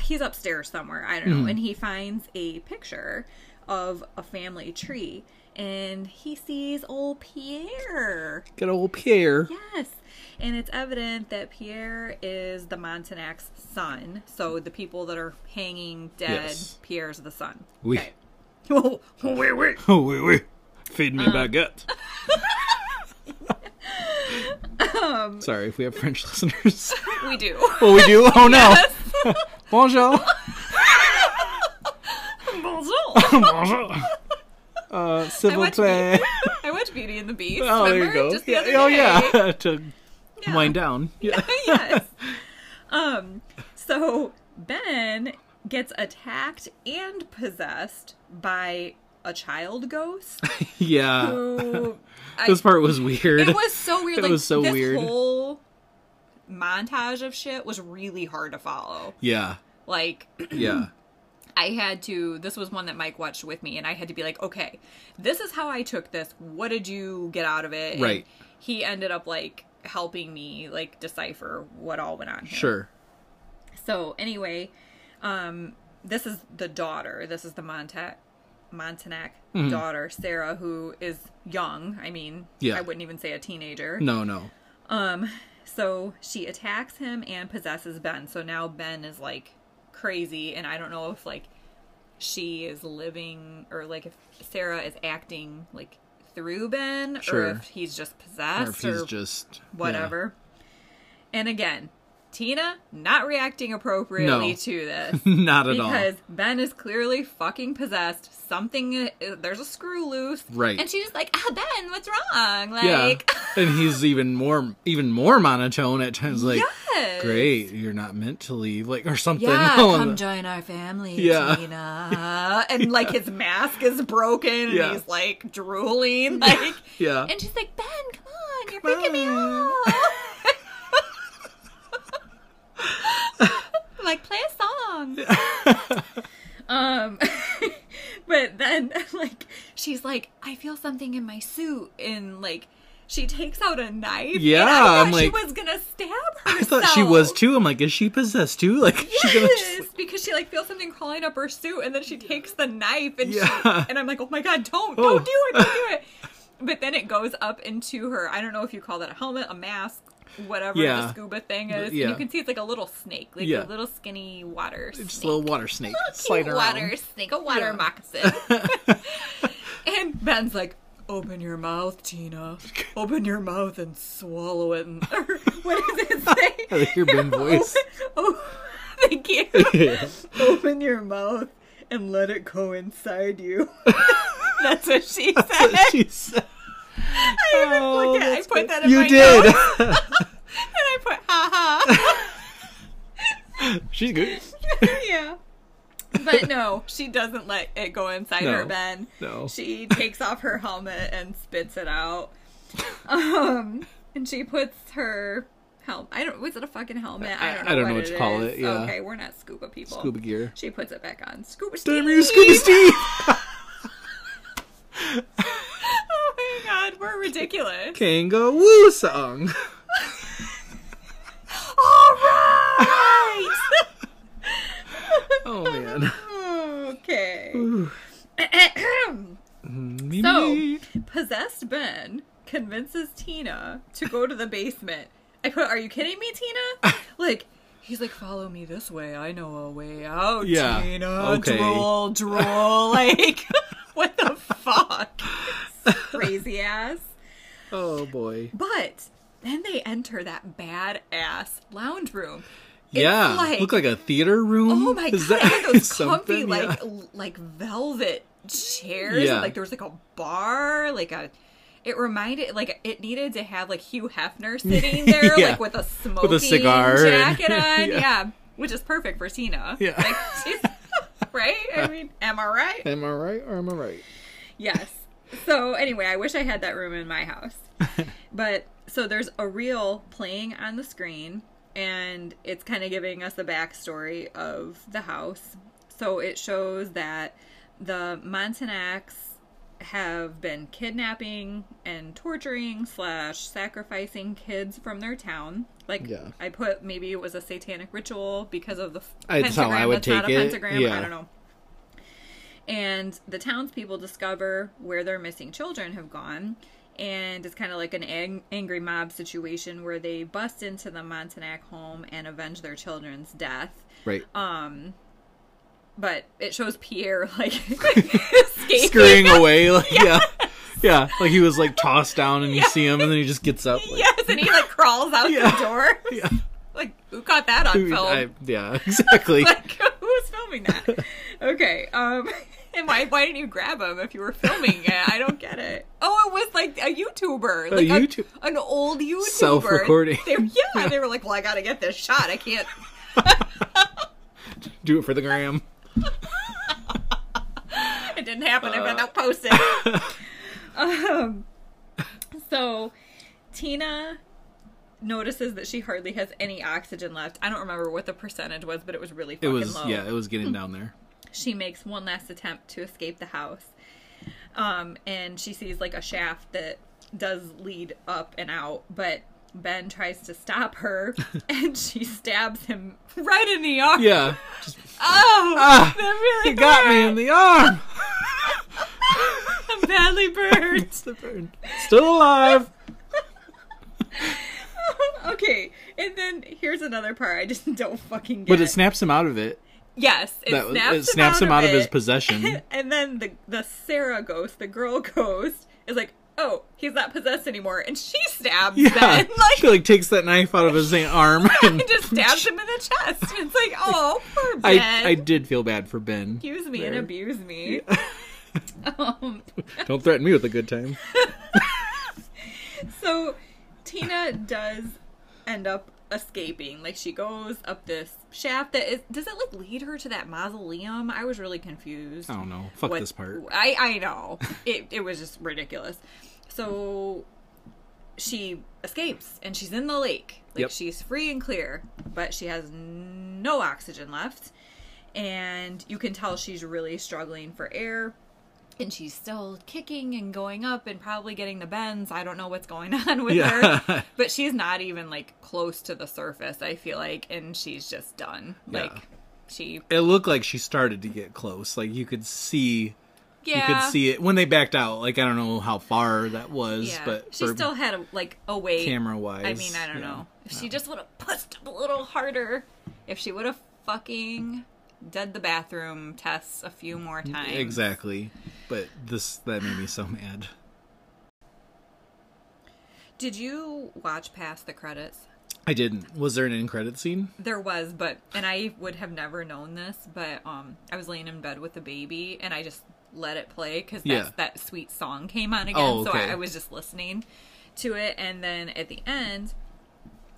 Speaker 2: He's upstairs somewhere. I don't
Speaker 1: Mm-hmm.
Speaker 2: know. And he finds a picture of a family tree and he sees old Pierre.
Speaker 1: Good old Pierre.
Speaker 2: Yes. And it's evident that Pierre is the Montanac's son. So the people that are hanging dead,
Speaker 1: Yes.
Speaker 2: Pierre's
Speaker 1: <laughs>
Speaker 2: the son.
Speaker 1: We.
Speaker 2: Oh, wait, wait.
Speaker 1: <laughs> Oh wait, wait. Feed me
Speaker 2: Uh-huh. <laughs>
Speaker 1: baguette.
Speaker 2: Um,
Speaker 1: Sorry if we have French <laughs> listeners. <laughs>
Speaker 2: We do.
Speaker 1: oh, we do. Oh no.
Speaker 2: <laughs>
Speaker 1: <laughs> Bonjour. oh,
Speaker 2: Bonjour.
Speaker 1: Bonjour. Uh, s'il
Speaker 2: I
Speaker 1: vous
Speaker 2: watched,
Speaker 1: plaît.
Speaker 2: Beauty, I watched Beauty and the Beast.
Speaker 1: Oh, there you
Speaker 2: remember?
Speaker 1: go.
Speaker 2: Just the
Speaker 1: Yeah,
Speaker 2: other
Speaker 1: oh
Speaker 2: day.
Speaker 1: yeah. <laughs> to
Speaker 2: Yeah.
Speaker 1: wind down. Yeah.
Speaker 2: <laughs> yes. Um. So Ben gets attacked and possessed by a child ghost. <laughs>
Speaker 1: yeah.
Speaker 2: Who
Speaker 1: <laughs>
Speaker 2: I,
Speaker 1: This part was weird.
Speaker 2: it was so weird.
Speaker 1: It
Speaker 2: like,
Speaker 1: was so
Speaker 2: this
Speaker 1: weird.
Speaker 2: Whole montage of shit was really hard to follow.
Speaker 1: <laughs> Yeah.
Speaker 2: Like <clears throat>
Speaker 1: Yeah.
Speaker 2: I had to. This was one that Mike watched with me, and I had to be like, okay, this is how I took this. What did you get out of it? And
Speaker 1: Right.
Speaker 2: he ended up like helping me like decipher what all went on. Here.
Speaker 1: Sure.
Speaker 2: So anyway, um, this is the daughter. This is the Montac Montanac
Speaker 1: Mm-hmm.
Speaker 2: daughter, Sarah, who is young. I mean,
Speaker 1: Yeah.
Speaker 2: I wouldn't even say a teenager.
Speaker 1: No, no.
Speaker 2: Um, so she attacks him and possesses Ben. So now Ben is like crazy, and I don't know if like she is living or like if Sarah is acting like through Ben
Speaker 1: Sure.
Speaker 2: or if he's just
Speaker 1: Or if
Speaker 2: possessed or,
Speaker 1: he's just yeah.
Speaker 2: whatever. And again, Tina not reacting appropriately
Speaker 1: No.
Speaker 2: to this.
Speaker 1: <laughs> <laughs> Not at
Speaker 2: Because
Speaker 1: all.
Speaker 2: Ben is clearly fucking possessed. Something, uh, there's a screw loose.
Speaker 1: Right.
Speaker 2: And she's just like, ah, Ben, what's wrong?
Speaker 1: Yeah.
Speaker 2: Like, <laughs>
Speaker 1: and he's even more even more monotone at times like
Speaker 2: yes.
Speaker 1: great, you're not meant to leave like or something. <laughs>
Speaker 2: Yeah,
Speaker 1: Oh,
Speaker 2: come
Speaker 1: and-
Speaker 2: join our family,
Speaker 1: Yeah. <laughs>
Speaker 2: Tina. And like his mask is broken and
Speaker 1: Yeah.
Speaker 2: he's like drooling. Like
Speaker 1: Yeah.
Speaker 2: And she's like, Ben, come on, you're
Speaker 1: Come
Speaker 2: freaking me
Speaker 1: on."
Speaker 2: out. <laughs> like, play a song.
Speaker 1: <laughs>
Speaker 2: um <laughs> but then <laughs> like she's like, I feel something in my suit and like she takes out a knife. and
Speaker 1: Yeah,
Speaker 2: I thought
Speaker 1: I'm
Speaker 2: she
Speaker 1: like-
Speaker 2: was gonna stab herself.
Speaker 1: I thought she was too. I'm like, is she possessed too? <laughs> Like, is she gonna just-
Speaker 2: Yes, because she like feels something crawling up her suit, and then she takes the knife, and
Speaker 1: Yeah.
Speaker 2: she, and I'm like, oh my god, don't,
Speaker 1: Oh.
Speaker 2: don't do it, don't do it. But then it goes up into her. I don't know if you call that a helmet, a mask, whatever
Speaker 1: Yeah.
Speaker 2: the scuba thing is.
Speaker 1: yeah.
Speaker 2: You can see it's like a little snake, like
Speaker 1: Yeah.
Speaker 2: a little skinny water snake.
Speaker 1: just a little water snake
Speaker 2: Cute
Speaker 1: sliding around.
Speaker 2: water snake, a water
Speaker 1: Yeah.
Speaker 2: moccasin.
Speaker 1: <laughs>
Speaker 2: and Ben's like, open your mouth, Tina. Open your mouth and swallow it. <laughs> And, or what does
Speaker 1: <laughs>
Speaker 2: it say?
Speaker 1: I <laughs> like your Ben
Speaker 2: <laughs>
Speaker 1: voice. <laughs>
Speaker 2: Oh, thank you. Open your mouth and let it go inside
Speaker 1: <laughs>
Speaker 2: you. That's what she said.
Speaker 1: She's-
Speaker 2: <laughs> I even
Speaker 1: Oh,
Speaker 2: looked at I
Speaker 1: that's
Speaker 2: put
Speaker 1: great.
Speaker 2: that in
Speaker 1: you
Speaker 2: my
Speaker 1: did.
Speaker 2: notes, and I put ha
Speaker 1: <laughs> She's
Speaker 2: <laughs>
Speaker 1: good.
Speaker 2: ha. <laughs> yeah. But no, she doesn't let it go inside
Speaker 1: No.
Speaker 2: her, Ben.
Speaker 1: No.
Speaker 2: She takes off her helmet and spits it out. Um, and she puts her helmet. I don't. Was it a fucking helmet? I don't know.
Speaker 1: I- I don't know
Speaker 2: what
Speaker 1: what to call
Speaker 2: is.
Speaker 1: it, yeah.
Speaker 2: Okay, we're not scuba people.
Speaker 1: Scuba gear.
Speaker 2: She puts it back on. Scuba
Speaker 1: Damn you,
Speaker 2: Steve!
Speaker 1: Scooby Steve.
Speaker 2: Oh my god, we're ridiculous.
Speaker 1: Kangaroo song.
Speaker 2: All right.
Speaker 1: <laughs> Oh man.
Speaker 2: okay. <clears throat>
Speaker 1: Me,
Speaker 2: So-
Speaker 1: me.
Speaker 2: Possessed Ben convinces Tina to go to the basement. I put, are you kidding me,
Speaker 1: <laughs>
Speaker 2: Tina? Like, he's like, follow me this way. I know a way out,
Speaker 1: Yeah,
Speaker 2: Tina.
Speaker 1: okay.
Speaker 2: Drool,
Speaker 1: <laughs>
Speaker 2: drool. Like, <laughs> what the fuck? Crazy ass.
Speaker 1: Oh boy.
Speaker 2: But then they enter that badass lounge room.
Speaker 1: yeah.
Speaker 2: like-
Speaker 1: Look like a theater room.
Speaker 2: Oh my
Speaker 1: Mm-hmm. Is
Speaker 2: god!
Speaker 1: that
Speaker 2: I had those
Speaker 1: <laughs> something?
Speaker 2: comfy,
Speaker 1: Yeah.
Speaker 2: like l- like velvet chairs
Speaker 1: Yeah.
Speaker 2: and like there was like a bar like a it reminded like it needed to have like
Speaker 1: <laughs>
Speaker 2: hugh hefner sitting there
Speaker 1: Yeah.
Speaker 2: like with a smoking
Speaker 1: cigar and- <laughs>
Speaker 2: jacket on
Speaker 1: Yeah.
Speaker 2: yeah. which is perfect for tina
Speaker 1: Yeah.
Speaker 2: like she's <laughs> right
Speaker 1: <laughs>
Speaker 2: i mean am i right
Speaker 1: Am I right or am I right?
Speaker 2: Yes. So anyway, I wish I had that room in my house. but so there's a reel playing on the screen and it's kind of giving us a backstory of the house. So it shows that the Montanacs have been kidnapping and torturing slash sacrificing kids from their town. Like
Speaker 1: Yeah.
Speaker 2: I put, maybe it was a satanic ritual because of the f-
Speaker 1: I- that's how I would
Speaker 2: That's not
Speaker 1: take
Speaker 2: a
Speaker 1: it.
Speaker 2: pentagram.
Speaker 1: Yeah.
Speaker 2: I don't know. And the townspeople discover where their missing children have gone. And it's kind of like an ang- angry mob situation where they bust into the Montanac home and avenge their children's death.
Speaker 1: Right.
Speaker 2: Um, <laughs> but it shows Pierre <laughs> like escaping.
Speaker 1: Scurrying away. Like, yeah. Yeah. Like he was like tossed down and you see him and then he just gets up.
Speaker 2: <laughs>
Speaker 1: Like,
Speaker 2: <laughs> Yes, and he like crawls out
Speaker 1: Yeah.
Speaker 2: the door.
Speaker 1: yeah.
Speaker 2: <laughs> Like who caught that on
Speaker 1: Dude,
Speaker 2: film?
Speaker 1: I- yeah, <laughs> exactly.
Speaker 2: <laughs> like who's filming that okay um <laughs> and why why didn't you grab him if you were filming it i don't get it oh it was like a youtuber like
Speaker 1: YouTube-
Speaker 2: an old youtuber
Speaker 1: Self-recording.
Speaker 2: they, yeah, they were like well i gotta get this shot i can't
Speaker 1: Do it for the gram.
Speaker 2: it didn't happen i bet
Speaker 1: Uh.
Speaker 2: that posted um so tina notices that she hardly has any oxygen left i don't remember what the percentage was but it was really
Speaker 1: It
Speaker 2: fucking
Speaker 1: was
Speaker 2: low
Speaker 1: yeah, it was getting down there.
Speaker 2: she makes one last attempt to escape the house. Um, and she sees like a shaft that does lead up and out, but Ben tries to stop
Speaker 1: <laughs>
Speaker 2: her and she stabs him right in the arm. <laughs>
Speaker 1: Yeah. Just
Speaker 2: Oh,
Speaker 1: Ah,
Speaker 2: that really
Speaker 1: it got me
Speaker 2: hurt.
Speaker 1: in the arm.
Speaker 2: <laughs> I'm badly burned. <laughs>
Speaker 1: It's the burn. Still alive.
Speaker 2: okay, and then here's another part I just <laughs> don't fucking get.
Speaker 1: But it snaps him out of it.
Speaker 2: yes, it
Speaker 1: That was,
Speaker 2: snaps,
Speaker 1: it snaps him out, of, his
Speaker 2: it.
Speaker 1: possession.
Speaker 2: and <laughs> then the the Sarah ghost, the girl <laughs> ghost, is like, "Oh, he's not possessed anymore," and she
Speaker 1: <laughs>
Speaker 2: stabs
Speaker 1: Yeah.
Speaker 2: Ben
Speaker 1: <laughs> she
Speaker 2: <laughs> like
Speaker 1: like takes that knife out of his
Speaker 2: <laughs>
Speaker 1: arm and <laughs>
Speaker 2: and just stabs him in the chest. It's like, "Oh, poor Ben."
Speaker 1: I, I did feel bad for Ben.
Speaker 2: <laughs> Accuse me and
Speaker 1: there.
Speaker 2: abuse me. <laughs> um,
Speaker 1: Don't threaten me with a good time.
Speaker 2: so Tina does end up escaping. Like she goes up this shaft that is does it like lead her to that mausoleum? I was really confused.
Speaker 1: I don't know. Fuck
Speaker 2: what-
Speaker 1: this part.
Speaker 2: I I know
Speaker 1: <laughs>
Speaker 2: it. It was just ridiculous. So she escapes and she's in the lake. Like
Speaker 1: Yep.
Speaker 2: she's free and clear, but she has no oxygen left, and you can tell she's really struggling for air. And she's still kicking and going up and probably getting the bends. I don't know what's going <laughs> on with
Speaker 1: Yeah.
Speaker 2: her, but she's not even like close to the surface. I feel like, and she's just done.
Speaker 1: Yeah.
Speaker 2: Like she,
Speaker 1: It looked like she started to get close. Like you could see,
Speaker 2: yeah,
Speaker 1: you could see it when they backed out. Like I don't know how far that was,
Speaker 2: Yeah.
Speaker 1: but
Speaker 2: she still had a, like a way.
Speaker 1: camera wise.
Speaker 2: I mean, I don't know. If she just would have pushed a little harder, if she would have fucking did the bathroom tests a few more times.
Speaker 1: Exactly. But this that made me so mad.
Speaker 2: Did you watch past the credits?
Speaker 1: I didn't. Was there an end credit scene?
Speaker 2: There was, but and I would have never known this, but um, I was laying in bed with the baby, and I just let it play because
Speaker 1: Yeah.
Speaker 2: that sweet song came on again.
Speaker 1: Oh,
Speaker 2: So I,
Speaker 1: okay.
Speaker 2: I was just listening to it, and then at the end,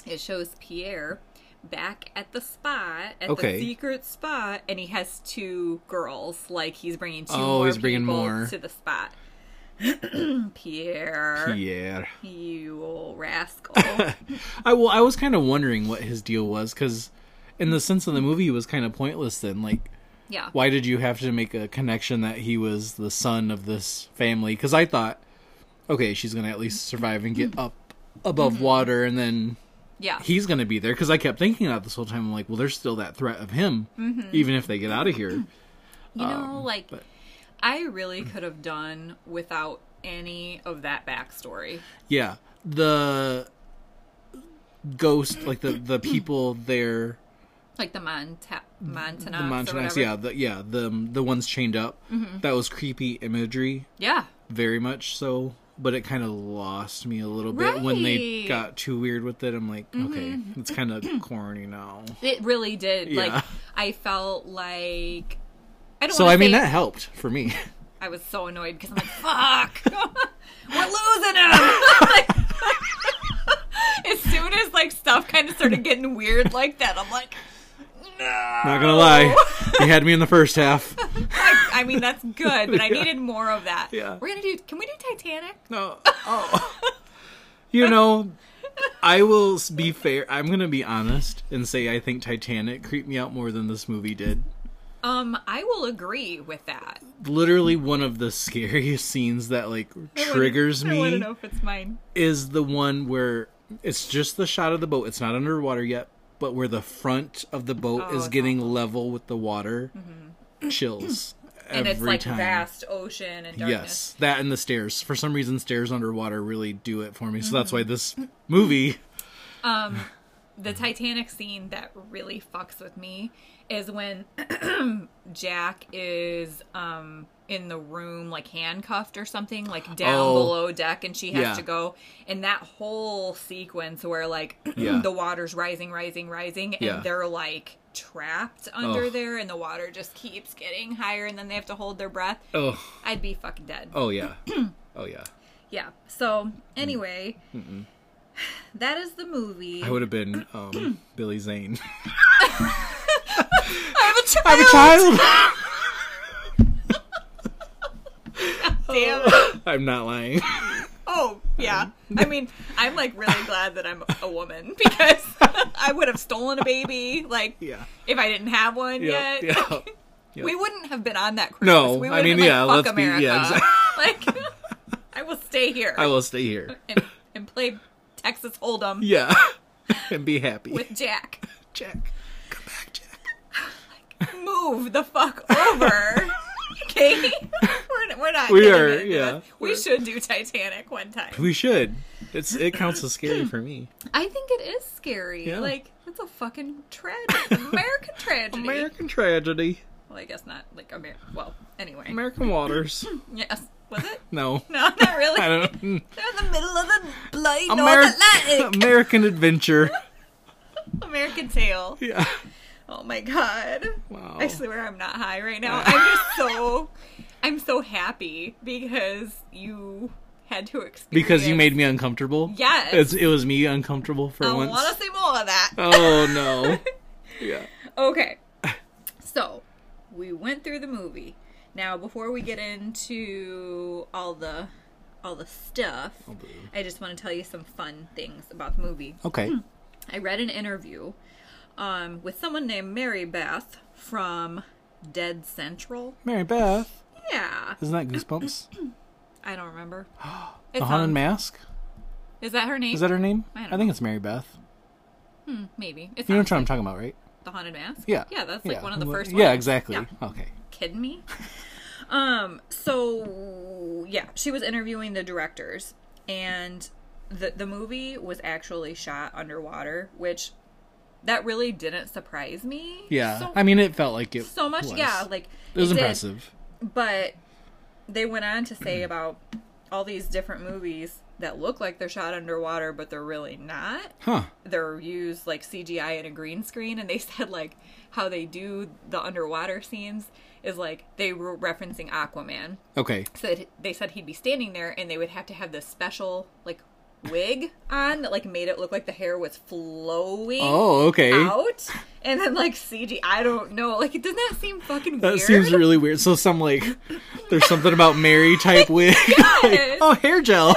Speaker 2: it shows Pierre back at the spot at
Speaker 1: Okay.
Speaker 2: the secret spot, and he has two girls. Like he's bringing two.
Speaker 1: Oh,
Speaker 2: more
Speaker 1: he's bringing
Speaker 2: people
Speaker 1: more.
Speaker 2: to the spot. <clears throat> Pierre,
Speaker 1: Yeah.
Speaker 2: you
Speaker 1: <laughs>
Speaker 2: old rascal.
Speaker 1: I well, I was kind of wondering what his deal was because, in the sense of the movie, he was kind of pointless. Then, like,
Speaker 2: yeah.
Speaker 1: why did you have to make a connection that he was the son of this family? Because I thought, okay, she's gonna at least survive and get up above water, and then
Speaker 2: Yeah.
Speaker 1: he's gonna be there. Because I kept thinking about this whole time. I'm like, well, there's still that threat of him, even if they get out of here.
Speaker 2: You know,
Speaker 1: Um,
Speaker 2: like I really could have done without any of that backstory.
Speaker 1: Yeah, the ghost, like the the people there.
Speaker 2: Like the Monta- Montanax.
Speaker 1: the Montanax, yeah, the, yeah, the the ones chained up. That was creepy imagery,
Speaker 2: Yeah.
Speaker 1: very much so. But it kind of lost me a little bit when they
Speaker 2: Right.
Speaker 1: got too weird with it. I'm like, okay, it's <clears throat> kind of corny now.
Speaker 2: It really did.
Speaker 1: Yeah.
Speaker 2: Like I felt like I don't
Speaker 1: So
Speaker 2: wanna
Speaker 1: I mean, <laughs>
Speaker 2: say-
Speaker 1: that helped for me.
Speaker 2: I was so annoyed because I'm like, fuck, <laughs> we're losing him. <laughs> Like, as soon as like stuff kind of started getting weird like that, I'm like,
Speaker 1: Not gonna lie, you had me in the first half.
Speaker 2: I, I mean that's good, but I
Speaker 1: Yeah.
Speaker 2: needed more of that.
Speaker 1: Yeah.
Speaker 2: we're gonna do. Can we do Titanic?
Speaker 1: No. Oh. <laughs> you know, I will s- be fair. I'm going to be honest and say I think Titanic creeped me out more than this movie did.
Speaker 2: Um, I will agree with that.
Speaker 1: Literally one of the scariest scenes that like triggers
Speaker 2: I wanna- I want to
Speaker 1: me
Speaker 2: know if it's mine.
Speaker 1: is the one where it's just the shot of the boat. It's not underwater yet, but where the front of the boat
Speaker 2: Oh,
Speaker 1: is
Speaker 2: it's Mm-hmm.
Speaker 1: getting level with the water. Chills.
Speaker 2: <clears throat> And
Speaker 1: every
Speaker 2: it's like
Speaker 1: time.
Speaker 2: vast ocean and darkness.
Speaker 1: Yes, that and the stairs. For some reason, stairs underwater really do it for me. So that's
Speaker 2: Mm-hmm.
Speaker 1: why this movie
Speaker 2: the
Speaker 1: Mm-hmm.
Speaker 2: Titanic scene that really fucks with me is when <clears throat> Jack is um in the room like handcuffed or something like down
Speaker 1: Oh.
Speaker 2: below deck and she has
Speaker 1: Yeah.
Speaker 2: to go and that whole sequence where like <clears throat>
Speaker 1: Yeah.
Speaker 2: the water's rising rising rising and
Speaker 1: Yeah.
Speaker 2: they're like trapped under
Speaker 1: Ugh.
Speaker 2: there and the water just keeps getting higher and then they have to hold their breath
Speaker 1: Oh,
Speaker 2: I'd be fucking dead
Speaker 1: oh
Speaker 2: <clears throat>
Speaker 1: yeah, oh yeah.
Speaker 2: yeah so anyway that is the movie
Speaker 1: I would have been
Speaker 2: <clears throat>
Speaker 1: um, Billy
Speaker 2: <laughs>
Speaker 1: Zane. <laughs>
Speaker 2: I have a child,
Speaker 1: I'm a child. <laughs>
Speaker 2: damn
Speaker 1: <laughs>
Speaker 2: it.
Speaker 1: I'm not lying. <laughs>
Speaker 2: Oh, yeah. I mean, I'm like really glad that I'm a woman <laughs> because I would have stolen a baby, like,
Speaker 1: Yeah.
Speaker 2: if I didn't have one
Speaker 1: Yeah.
Speaker 2: yet.
Speaker 1: yeah. yeah.
Speaker 2: <laughs> We wouldn't have been on that cruise.
Speaker 1: No,
Speaker 2: we
Speaker 1: I
Speaker 2: would have
Speaker 1: mean,
Speaker 2: been,
Speaker 1: yeah,
Speaker 2: like,
Speaker 1: let's
Speaker 2: fuck
Speaker 1: be-
Speaker 2: America.
Speaker 1: yeah,
Speaker 2: <laughs> Like, I will stay here
Speaker 1: I will stay
Speaker 2: <laughs>
Speaker 1: here.
Speaker 2: And, and play Texas Hold'em
Speaker 1: Yeah. <laughs> and be happy.
Speaker 2: with Jack.
Speaker 1: Jack. Come back, Jack.
Speaker 2: Move the fuck <laughs> over. Okay, we're, we're not.
Speaker 1: We
Speaker 2: getting
Speaker 1: are,
Speaker 2: into
Speaker 1: yeah.
Speaker 2: this. We should do Titanic one time.
Speaker 1: We should. It's it counts as scary for me.
Speaker 2: I think it is scary.
Speaker 1: Yeah.
Speaker 2: Like it's a fucking <laughs> tragedy, American tragedy.
Speaker 1: American tragedy.
Speaker 2: well, I guess not like Amer. Well, anyway,
Speaker 1: American waters.
Speaker 2: yes, was it?
Speaker 1: No.
Speaker 2: No, <laughs> not really.
Speaker 1: I don't. <laughs> know.
Speaker 2: They're in the middle of the bloody North
Speaker 1: Ameri-
Speaker 2: Atlantic
Speaker 1: American adventure. <laughs>
Speaker 2: American tale.
Speaker 1: Yeah.
Speaker 2: Oh my god!
Speaker 1: Wow.
Speaker 2: I swear I'm not high
Speaker 1: <laughs>
Speaker 2: right now. I'm just so, I'm so happy because you had to experience.
Speaker 1: Because you made me uncomfortable.
Speaker 2: Yes.
Speaker 1: It's, it was me uncomfortable for
Speaker 2: I
Speaker 1: once.
Speaker 2: want to see more of that.
Speaker 1: <laughs> Oh
Speaker 2: <laughs>
Speaker 1: no. yeah. <laughs>
Speaker 2: Okay. So, we went through the movie. Now, before we get into all the all the stuff,
Speaker 1: Oh,
Speaker 2: I just want to tell you some fun things about the movie.
Speaker 1: Okay.
Speaker 2: I read an interview um, with someone named Mary Beth from Dead Central.
Speaker 1: Mary Beth,
Speaker 2: Yeah,
Speaker 1: isn't that Goosebumps?
Speaker 2: I don't remember. It's
Speaker 1: the Haunted
Speaker 2: on-
Speaker 1: Mask?
Speaker 2: Is that her name?
Speaker 1: Is that her name?
Speaker 2: um, I don't
Speaker 1: think it's Mary Beth.
Speaker 2: Maybe. It's
Speaker 1: You know
Speaker 2: on
Speaker 1: what I'm talking about, right?
Speaker 2: the Haunted Mask.
Speaker 1: Yeah.
Speaker 2: yeah, that's like one of the
Speaker 1: Well,
Speaker 2: first.
Speaker 1: Yeah,
Speaker 2: ones.
Speaker 1: exactly.
Speaker 2: Yeah.
Speaker 1: Okay.
Speaker 2: kidding me? um, so yeah, she was interviewing the directors and the the movie was actually shot underwater, which that really didn't surprise me.
Speaker 1: Yeah.
Speaker 2: So,
Speaker 1: I mean, it felt like it.
Speaker 2: so much,
Speaker 1: was.
Speaker 2: yeah, like
Speaker 1: it was
Speaker 2: did,
Speaker 1: impressive.
Speaker 2: but they went on to say about all these different movies that look like they're shot underwater but they're really not
Speaker 1: Huh.
Speaker 2: they're used like CGI and a green screen, and they <laughs> said like how they do the underwater scenes is like they were referencing Aquaman.
Speaker 1: Okay.
Speaker 2: So it- they said he'd be standing there, and they would have to have this special like wig on that like made it look like the hair was flowing
Speaker 1: Oh, okay.
Speaker 2: out, and then like CG. I don't know. Like it does not seem fucking
Speaker 1: That
Speaker 2: weird.
Speaker 1: seems really weird. So some
Speaker 2: <laughs>
Speaker 1: like, there's something about Mary type wig. <laughs> Like, oh, hair
Speaker 2: <laughs>
Speaker 1: gel.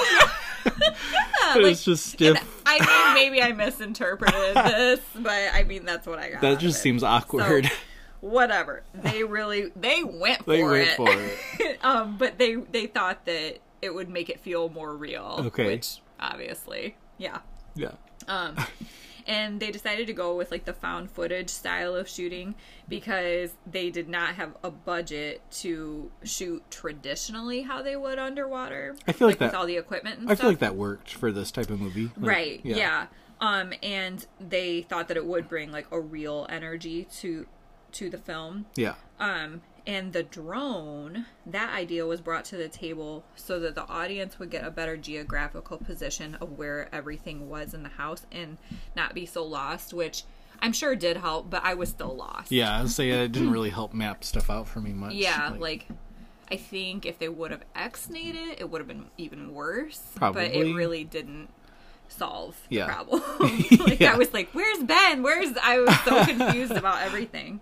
Speaker 1: <laughs> But it's just stiff.
Speaker 2: I mean, maybe I
Speaker 1: <laughs>
Speaker 2: misinterpreted this, but I mean that's what I got. out
Speaker 1: That
Speaker 2: of
Speaker 1: just
Speaker 2: it.
Speaker 1: seems awkward. <laughs>
Speaker 2: So, whatever. They really they went
Speaker 1: they
Speaker 2: for
Speaker 1: went
Speaker 2: it.
Speaker 1: for
Speaker 2: <laughs>
Speaker 1: it.
Speaker 2: um, but they they thought that it would make it feel more real.
Speaker 1: Okay.
Speaker 2: Which obviously, yeah.
Speaker 1: Yeah.
Speaker 2: Um, and they decided to go with like the found footage style of shooting because they did not have a budget to shoot traditionally how they would underwater.
Speaker 1: I feel like
Speaker 2: with
Speaker 1: that-
Speaker 2: all the equipment. And
Speaker 1: I
Speaker 2: stuff.
Speaker 1: feel like that worked for this type of movie. Like,
Speaker 2: Right. Yeah. Um, and they thought that it would bring like a real energy to to the film.
Speaker 1: Yeah.
Speaker 2: Um, and the drone, that idea was brought to the table so that the audience would get a better geographical position of where everything was in the house and not be so lost, which I'm sure did help, but I was still lost. <laughs>
Speaker 1: Yeah, I'd say it didn't really help map stuff out for me much.
Speaker 2: Yeah, like, I think if they would have exnated it, it would have been even worse. But
Speaker 1: Probably.
Speaker 2: it really didn't solve
Speaker 1: Yeah. <laughs>
Speaker 2: the problem. <laughs> like
Speaker 1: Yeah.
Speaker 2: I was like, "Where's Ben? Where's?" I was so
Speaker 1: <laughs>
Speaker 2: confused about everything.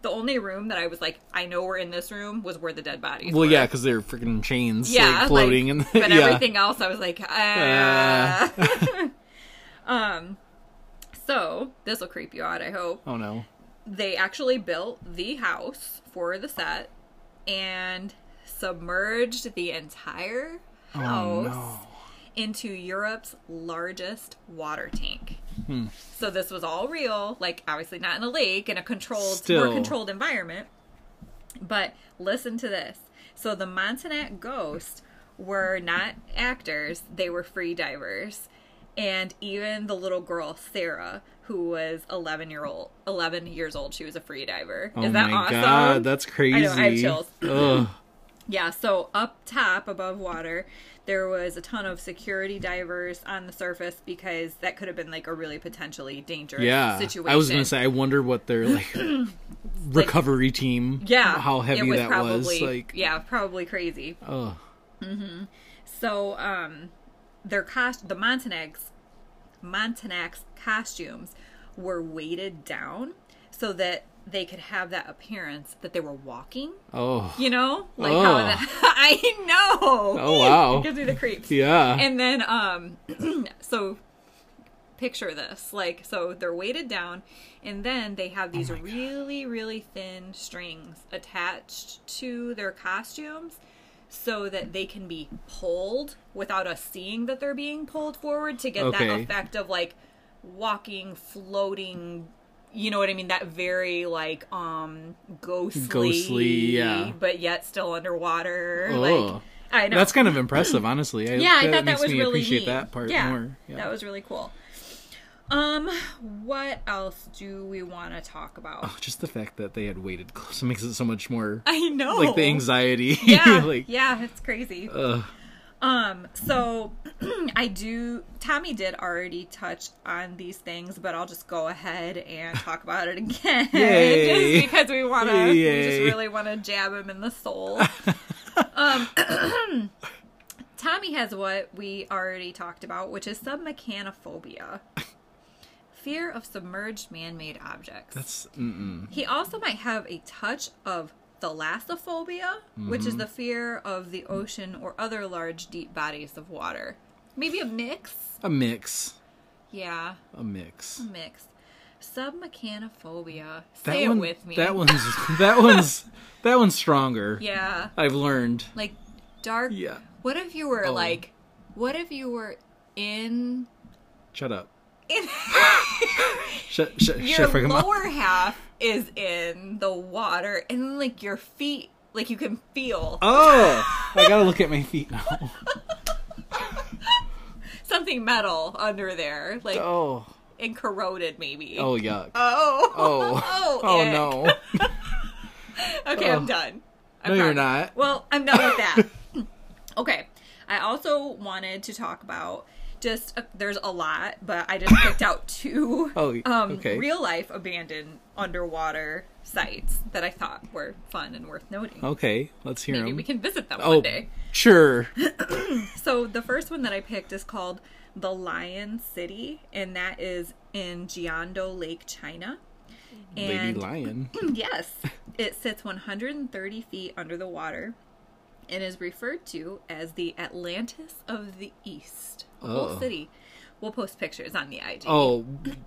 Speaker 2: The only room that I was like, "I know we're in this room," was where the dead bodies.
Speaker 1: Well,
Speaker 2: were.
Speaker 1: yeah, because they're freaking chains,
Speaker 2: yeah,
Speaker 1: like, floating <laughs>
Speaker 2: like,
Speaker 1: and
Speaker 2: but
Speaker 1: yeah.
Speaker 2: everything else, I was like, ah.
Speaker 1: Ah.
Speaker 2: <laughs> um. So this will creep you out. I hope
Speaker 1: Oh no.
Speaker 2: they actually built the house for the set and submerged the entire
Speaker 1: Oh
Speaker 2: house
Speaker 1: no.
Speaker 2: into Europe's largest water tank.
Speaker 1: Hmm.
Speaker 2: So this was all real, like obviously not in a lake in a controlled
Speaker 1: Still.
Speaker 2: more controlled environment. But listen to this. So the Montagnat ghosts were not actors, they were free divers. And even the little girl Sarah, who was eleven year old eleven years old, she was a free diver.
Speaker 1: Oh
Speaker 2: Is that
Speaker 1: my
Speaker 2: awesome?
Speaker 1: god, that's crazy.
Speaker 2: I know, I have chills.
Speaker 1: Ugh.
Speaker 2: Yeah, so up top above water, there was a ton of security divers on the surface because that could have been like a really potentially dangerous
Speaker 1: Yeah.
Speaker 2: situation.
Speaker 1: I was gonna say I wonder what their
Speaker 2: <clears throat>
Speaker 1: like recovery team
Speaker 2: yeah,
Speaker 1: how heavy
Speaker 2: it was
Speaker 1: that
Speaker 2: probably,
Speaker 1: was. Like
Speaker 2: yeah, probably crazy. Mm-hmm.
Speaker 1: ugh.
Speaker 2: So, um, their cost, the Montanacs, Montanacs costumes were weighted down so that they could have that appearance that they were walking.
Speaker 1: Oh.
Speaker 2: You know, like
Speaker 1: Oh.
Speaker 2: how that, <laughs> I know.
Speaker 1: Oh, wow.
Speaker 2: it gives me the creeps.
Speaker 1: Yeah.
Speaker 2: and then um <clears throat> so picture this like so they're weighted down and then they have
Speaker 1: Oh
Speaker 2: these really really thin strings attached to their costumes so that they can be pulled without us seeing that they're being pulled forward to get that
Speaker 1: Okay.
Speaker 2: effect of like walking floating you know what i mean that very like um ghostly,
Speaker 1: Ghostly, yeah.
Speaker 2: but yet still underwater
Speaker 1: Oh.
Speaker 2: like i know
Speaker 1: That's kind of impressive, honestly. I,
Speaker 2: yeah, I thought that
Speaker 1: makes
Speaker 2: was
Speaker 1: me
Speaker 2: really
Speaker 1: appreciate
Speaker 2: neat.
Speaker 1: that part
Speaker 2: yeah,
Speaker 1: more. Yeah.
Speaker 2: That was really cool. Um, what else do we want to talk about?
Speaker 1: Oh, just the fact that they had waited <laughs> close makes it so much more
Speaker 2: I know.
Speaker 1: <laughs> like the anxiety. <laughs>
Speaker 2: <laughs> Yeah,
Speaker 1: like
Speaker 2: yeah, it's crazy.
Speaker 1: ugh.
Speaker 2: Um, so <clears throat> I do. Tommy did already touch on these things, but I'll just go ahead and talk about it again, <laughs>
Speaker 1: Yay.
Speaker 2: just because we want to. We just
Speaker 1: Yay.
Speaker 2: really want to jab him in
Speaker 1: <laughs>
Speaker 2: the soul. um, <clears throat> Tommy has what we already talked about, which is submechanophobia. Fear of submerged man-made objects.
Speaker 1: That's mm-mm.
Speaker 2: He also might have a touch of thalassophobia, which
Speaker 1: Mm-hmm.
Speaker 2: is the fear of the ocean or other large deep bodies of water. Maybe a mix?
Speaker 1: a mix.
Speaker 2: Yeah,
Speaker 1: A mix.
Speaker 2: a mix. Submechanophobia.
Speaker 1: That
Speaker 2: Say
Speaker 1: one,
Speaker 2: it with me.
Speaker 1: That one's that
Speaker 2: <laughs>
Speaker 1: one's that one's stronger.
Speaker 2: Yeah.
Speaker 1: I've learned.
Speaker 2: Like dark.
Speaker 1: Yeah.
Speaker 2: What if you were
Speaker 1: Oh.
Speaker 2: like, what if you were in.
Speaker 1: Shut up. <laughs>
Speaker 2: in <laughs>
Speaker 1: Shut shut
Speaker 2: your
Speaker 1: shut freaking mouth.
Speaker 2: lower half is in the water, and then like your feet, like you can feel
Speaker 1: Oh, I
Speaker 2: <laughs>
Speaker 1: gotta look at my feet
Speaker 2: Oh.
Speaker 1: now.
Speaker 2: something metal under there. Like,
Speaker 1: Oh,
Speaker 2: and corroded maybe.
Speaker 1: oh yuck.
Speaker 2: <laughs> Oh.
Speaker 1: Oh,
Speaker 2: <laughs> Oh,
Speaker 1: oh
Speaker 2: ick.
Speaker 1: no.
Speaker 2: Okay,
Speaker 1: Oh.
Speaker 2: I'm done. i
Speaker 1: No, you're not.
Speaker 2: Well, I'm done with that.
Speaker 1: <laughs>
Speaker 2: okay. I also wanted to talk about just uh, there's a lot, but I just picked
Speaker 1: <laughs>
Speaker 2: out two
Speaker 1: Oh, y-
Speaker 2: um,
Speaker 1: okay.
Speaker 2: real life abandoned underwater sites that I thought were fun and worth noting.
Speaker 1: <laughs> Okay, let's hear
Speaker 2: Maybe
Speaker 1: him.
Speaker 2: we can visit them
Speaker 1: oh,
Speaker 2: one day.
Speaker 1: sure.
Speaker 2: So the first one that I picked is called the Lion City, and that is in Jiando Lake, China.
Speaker 1: Lady
Speaker 2: And-
Speaker 1: Lion.
Speaker 2: Yes. It sits 130 feet under the water and is referred to as the Atlantis of the East. The
Speaker 1: Oh.
Speaker 2: Whole city. We'll post pictures on the IG.
Speaker 1: Oh,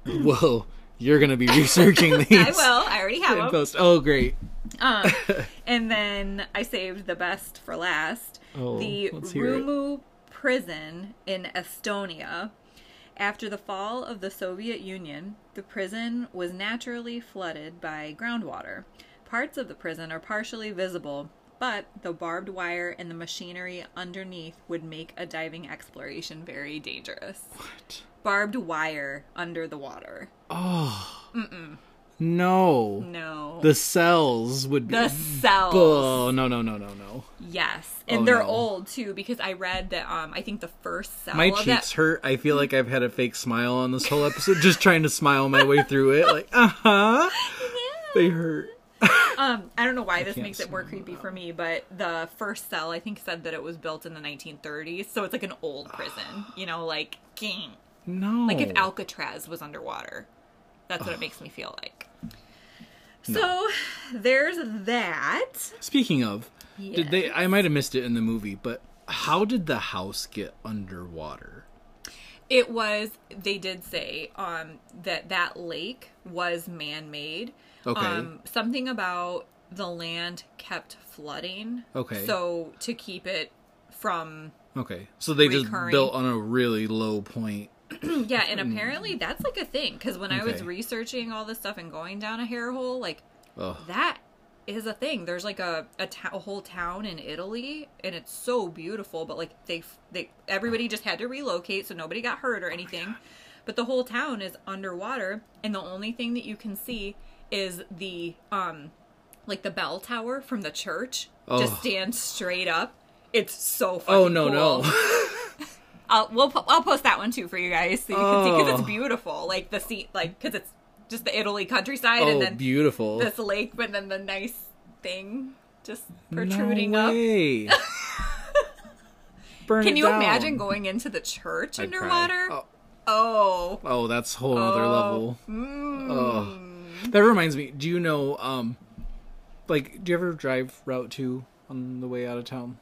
Speaker 1: whoa. You're gonna be researching these.
Speaker 2: <laughs> I will. I already have
Speaker 1: and
Speaker 2: them.
Speaker 1: post. Oh, great.
Speaker 2: Um, and then I saved the best for last.
Speaker 1: Oh,
Speaker 2: the
Speaker 1: let's hear it.
Speaker 2: Rumu prison in Estonia. After the fall of the Soviet Union, the prison was naturally flooded by groundwater. Parts of the prison are partially visible, but the barbed wire and the machinery underneath would make a diving exploration very dangerous.
Speaker 1: What?
Speaker 2: Barbed wire under the water.
Speaker 1: Oh. No.
Speaker 2: No.
Speaker 1: The cells would be.
Speaker 2: the cells.
Speaker 1: Oh, no, no, no, no, no.
Speaker 2: Yes, and
Speaker 1: Oh,
Speaker 2: they're
Speaker 1: no.
Speaker 2: old too because I read that um I think the first cell
Speaker 1: My
Speaker 2: of
Speaker 1: cheeks
Speaker 2: that
Speaker 1: hurt. I feel like I've had a fake smile
Speaker 2: <laughs>
Speaker 1: on this whole episode, just trying to smile my way through it. Like, uh huh. uh-huh. They hurt.
Speaker 2: Um, I don't know why this
Speaker 1: can't
Speaker 2: makes it more
Speaker 1: remember
Speaker 2: creepy for me, but the first cell I think said that it was built in the 1930s, so it's like an old
Speaker 1: <sighs>
Speaker 2: prison. You know, like gang.
Speaker 1: No.
Speaker 2: Like if Alcatraz was underwater. That's
Speaker 1: <sighs>
Speaker 2: what it makes me feel like. So there's that.
Speaker 1: Speaking of, did they? I might have missed it in the movie, but how did the house get underwater?
Speaker 2: It was they did say um that that lake was man-made.
Speaker 1: Okay.
Speaker 2: Um something about the land kept flooding.
Speaker 1: Okay.
Speaker 2: So to keep it from
Speaker 1: Okay, so they just
Speaker 2: Recurring.
Speaker 1: built on a really low point.
Speaker 2: Mm, Yeah, and apparently that's like a thing because when I was
Speaker 1: Mm. Okay.
Speaker 2: researching all this stuff and going down a hair hole, like
Speaker 1: Ugh.
Speaker 2: that is a thing. There's like a a, to- a whole town in Italy, and it's so beautiful. But like they f- they everybody just had to relocate, so nobody got hurt or
Speaker 1: Oh
Speaker 2: anything. But the whole town is underwater, and the only thing that you can see is the um like the bell tower from the church
Speaker 1: Oh.
Speaker 2: just stands straight up. It's so fucking
Speaker 1: Oh no
Speaker 2: cool.
Speaker 1: <laughs> no!
Speaker 2: I'll we'll po- I'll post that one too for you guys so you can see 'cause see because
Speaker 1: Oh.
Speaker 2: it's beautiful. Like the sea, like because it's just the Italy countryside
Speaker 1: oh,
Speaker 2: and then
Speaker 1: beautiful!
Speaker 2: this lake, but then the nice thing just protruding
Speaker 1: no
Speaker 2: up. <laughs>
Speaker 1: way. Burn
Speaker 2: Can
Speaker 1: it
Speaker 2: you
Speaker 1: down.
Speaker 2: imagine going into the church
Speaker 1: I'd cry.
Speaker 2: underwater?
Speaker 1: Oh,
Speaker 2: Oh,
Speaker 1: oh, that's a whole other
Speaker 2: Oh. mm.
Speaker 1: level. Oh. That reminds me. Do you know? Um, like, do you ever drive Route Two on the way out of town?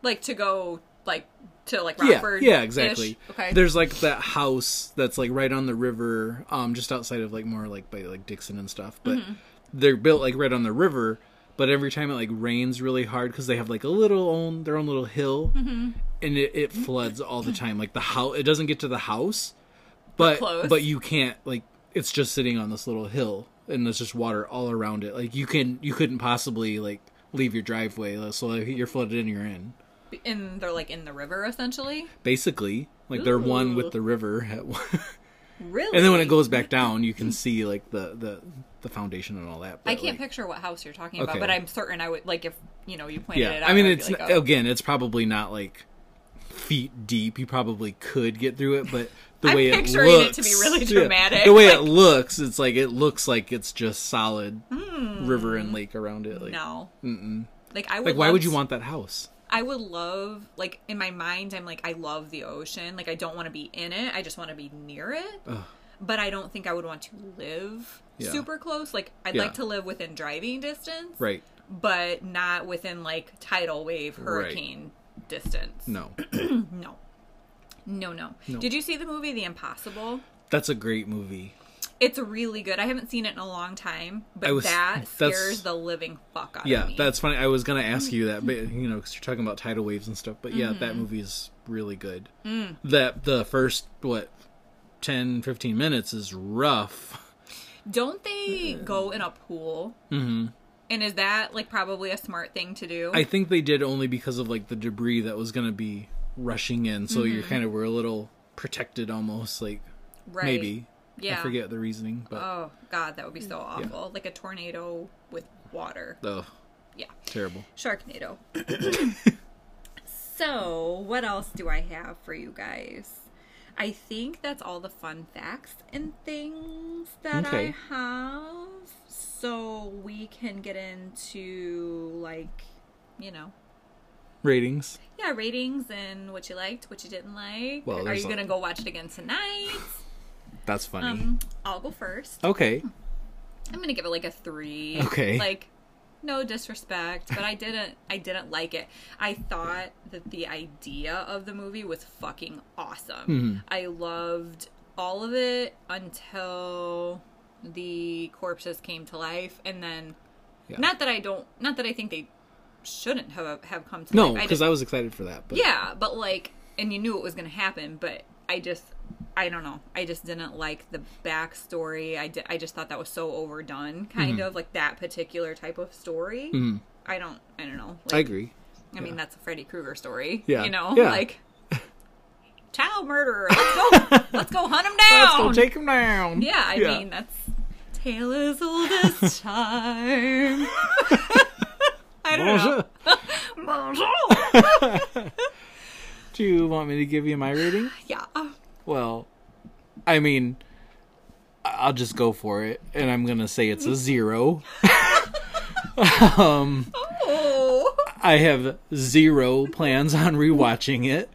Speaker 2: like to go like to like
Speaker 1: Yeah,
Speaker 2: Rockford.
Speaker 1: yeah, exactly.
Speaker 2: Okay.
Speaker 1: There's like that house that's like right on the river, um, just outside of like more like by like Dixon and stuff. But they're built like right on the river. But every time it like rains really hard because they have like a little own their own little hill, and it, it floods all the time. Like the house, it doesn't get to the house, but
Speaker 2: close.
Speaker 1: but you can't like it's just sitting on this little hill and there's just water all around it. Like you can you couldn't possibly like leave your driveway, so like, you're flooded in, you're in
Speaker 2: and they're like in the river essentially.
Speaker 1: basically like they're one
Speaker 2: Ooh.
Speaker 1: with the river at one- <laughs>
Speaker 2: Really?
Speaker 1: and then when it goes back down you can see like the the, the foundation and all that
Speaker 2: I
Speaker 1: but,
Speaker 2: can't
Speaker 1: like,
Speaker 2: picture what house you're talking about,
Speaker 1: Okay.
Speaker 2: but I'm certain I would like if you know you pointed it
Speaker 1: yeah
Speaker 2: out.
Speaker 1: i mean
Speaker 2: I'd be
Speaker 1: it's
Speaker 2: like,
Speaker 1: n-
Speaker 2: oh.
Speaker 1: again it's probably not like feet deep you probably could get through it but the
Speaker 2: I'm
Speaker 1: way it
Speaker 2: picturing it
Speaker 1: looks
Speaker 2: to be really
Speaker 1: yeah,
Speaker 2: dramatic,
Speaker 1: the way it
Speaker 2: like-
Speaker 1: looks it's like it looks like it's just solid river and lake around it like
Speaker 2: Hmm. no. Mm-mm. Like I would
Speaker 1: like why would
Speaker 2: love
Speaker 1: you
Speaker 2: to-
Speaker 1: want that house
Speaker 2: I would love, like, in my mind, I'm like, I love the ocean. Like, I don't want to be in it. I just want to be near it. But I don't think I would want to live
Speaker 1: Yeah.
Speaker 2: super close. Like, I'd
Speaker 1: Yeah.
Speaker 2: like to live within driving distance,
Speaker 1: right
Speaker 2: but not within, like, tidal wave, hurricane distance.
Speaker 1: no <clears throat>
Speaker 2: No. No, no. Did you see the movie The Impossible?
Speaker 1: that's a great movie
Speaker 2: It's really good. I haven't seen it in a long time, but
Speaker 1: I was-
Speaker 2: that
Speaker 1: that's-
Speaker 2: scares the living fuck out of
Speaker 1: Yeah,
Speaker 2: me.
Speaker 1: that's funny. I was gonna ask you that, but you know, because you're talking about tidal waves and stuff. But yeah, that
Speaker 2: Mm-hmm.
Speaker 1: movie is really good.
Speaker 2: Mm.
Speaker 1: That the first what 10, 15 minutes is rough.
Speaker 2: Don't they
Speaker 1: Mm-hmm.
Speaker 2: go in a pool? Mm-hmm. And is that like probably a smart thing to do?
Speaker 1: I think they did only because of like the debris that was gonna be rushing in, so
Speaker 2: Mm-hmm.
Speaker 1: you kind of were a little protected almost, like
Speaker 2: right.
Speaker 1: maybe.
Speaker 2: Yeah.
Speaker 1: I forget the reasoning, but
Speaker 2: Oh God, that would be so awful. Like a tornado with water.
Speaker 1: oh,
Speaker 2: Yeah.
Speaker 1: terrible.
Speaker 2: Sharknado. <coughs> so what else do I have for you guys? I think that's all the fun facts and things that
Speaker 1: Okay.
Speaker 2: I have. So we can get into like, you know,
Speaker 1: Ratings.
Speaker 2: yeah, ratings and what you liked, what you didn't like.
Speaker 1: Well,
Speaker 2: Are
Speaker 1: there's
Speaker 2: you
Speaker 1: a-
Speaker 2: gonna go watch it again tonight?
Speaker 1: That's funny.
Speaker 2: Um, I'll go first.
Speaker 1: okay.
Speaker 2: I'm gonna give it like a three.
Speaker 1: Okay.
Speaker 2: Like, no disrespect, but I didn't. I didn't like it. I thought that the idea of the movie was fucking
Speaker 1: Mm-hmm.
Speaker 2: awesome. I loved all of it until the corpses came to life, and then
Speaker 1: Yeah.
Speaker 2: not that I don't, not that I think they shouldn't have have come to
Speaker 1: No,
Speaker 2: life. I
Speaker 1: because
Speaker 2: just-
Speaker 1: I was excited for that. But
Speaker 2: yeah, but like, and you knew it was going to happen, but I just, I don't know. I just didn't like the backstory. I, di- I just thought that was so overdone, kind
Speaker 1: Mm-hmm.
Speaker 2: of like that particular type of story. I don't, I don't know. Like,
Speaker 1: I agree.
Speaker 2: I mean, that's a Freddy Krueger story.
Speaker 1: Yeah.
Speaker 2: You know,
Speaker 1: Yeah. <laughs>
Speaker 2: like child murderer. Let's go, let's go hunt him down.
Speaker 1: Let's go take him down.
Speaker 2: Yeah, I mean that's tale as old
Speaker 1: <laughs>
Speaker 2: as time. I don't know.
Speaker 1: <laughs> Bonjour.
Speaker 2: Bonjour.
Speaker 1: Do you want me to give you my rating?
Speaker 2: yeah. uh,
Speaker 1: Well, I mean, I- I'll just go for it, and I'm gonna say it's a zero. um,
Speaker 2: Oh.
Speaker 1: I have zero plans on rewatching it.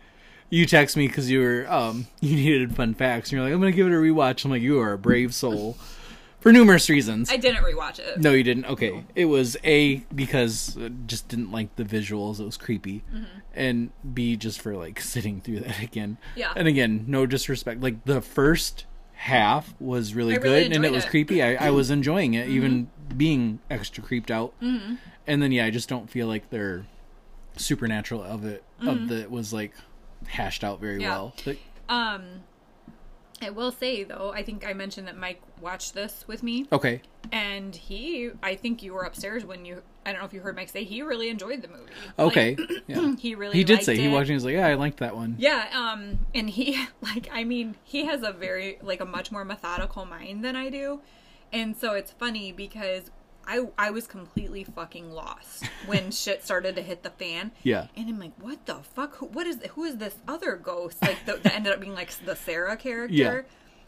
Speaker 1: You text me because you were um, you needed fun facts, and you're like, "I'm gonna give it a rewatch." I'm like, "You are a brave soul," for numerous reasons.
Speaker 2: I didn't rewatch it.
Speaker 1: No, you didn't. Okay, it was a because I just didn't like the visuals. It was creepy,
Speaker 2: Mm-hmm.
Speaker 1: and b just for like <laughs> sitting through that again.
Speaker 2: Yeah.
Speaker 1: and again, no disrespect. Like the first half was really
Speaker 2: I
Speaker 1: good,
Speaker 2: really
Speaker 1: and it,
Speaker 2: enjoyed
Speaker 1: was
Speaker 2: it. Mm-hmm.
Speaker 1: creepy. I, I was enjoying it, even being extra creeped out. Mm-hmm. And then yeah, I just don't feel like their supernatural of it of the was like hashed out very
Speaker 2: Mm-hmm. Yeah.
Speaker 1: well. Like,
Speaker 2: Um, I will say though, I think I mentioned that Mike watched this with me,
Speaker 1: okay,
Speaker 2: and he, I think you were upstairs when you. I don't know if you heard Mike say he really enjoyed the movie. <clears throat>
Speaker 1: okay,
Speaker 2: Like,
Speaker 1: yeah.
Speaker 2: he really.
Speaker 1: He did
Speaker 2: liked
Speaker 1: say
Speaker 2: it.
Speaker 1: he watched. it, He was like, "Yeah, I liked that one."
Speaker 2: Yeah, um, and he <laughs> like I mean he has a very like a much more methodical mind than I do, and so it's funny because I I was completely fucking
Speaker 1: <laughs>
Speaker 2: lost when shit started to hit the fan.
Speaker 1: Yeah.
Speaker 2: and I'm like, what the fuck? Who, what is who is this other ghost like the, that ended up being like the Sarah character?
Speaker 1: Yeah.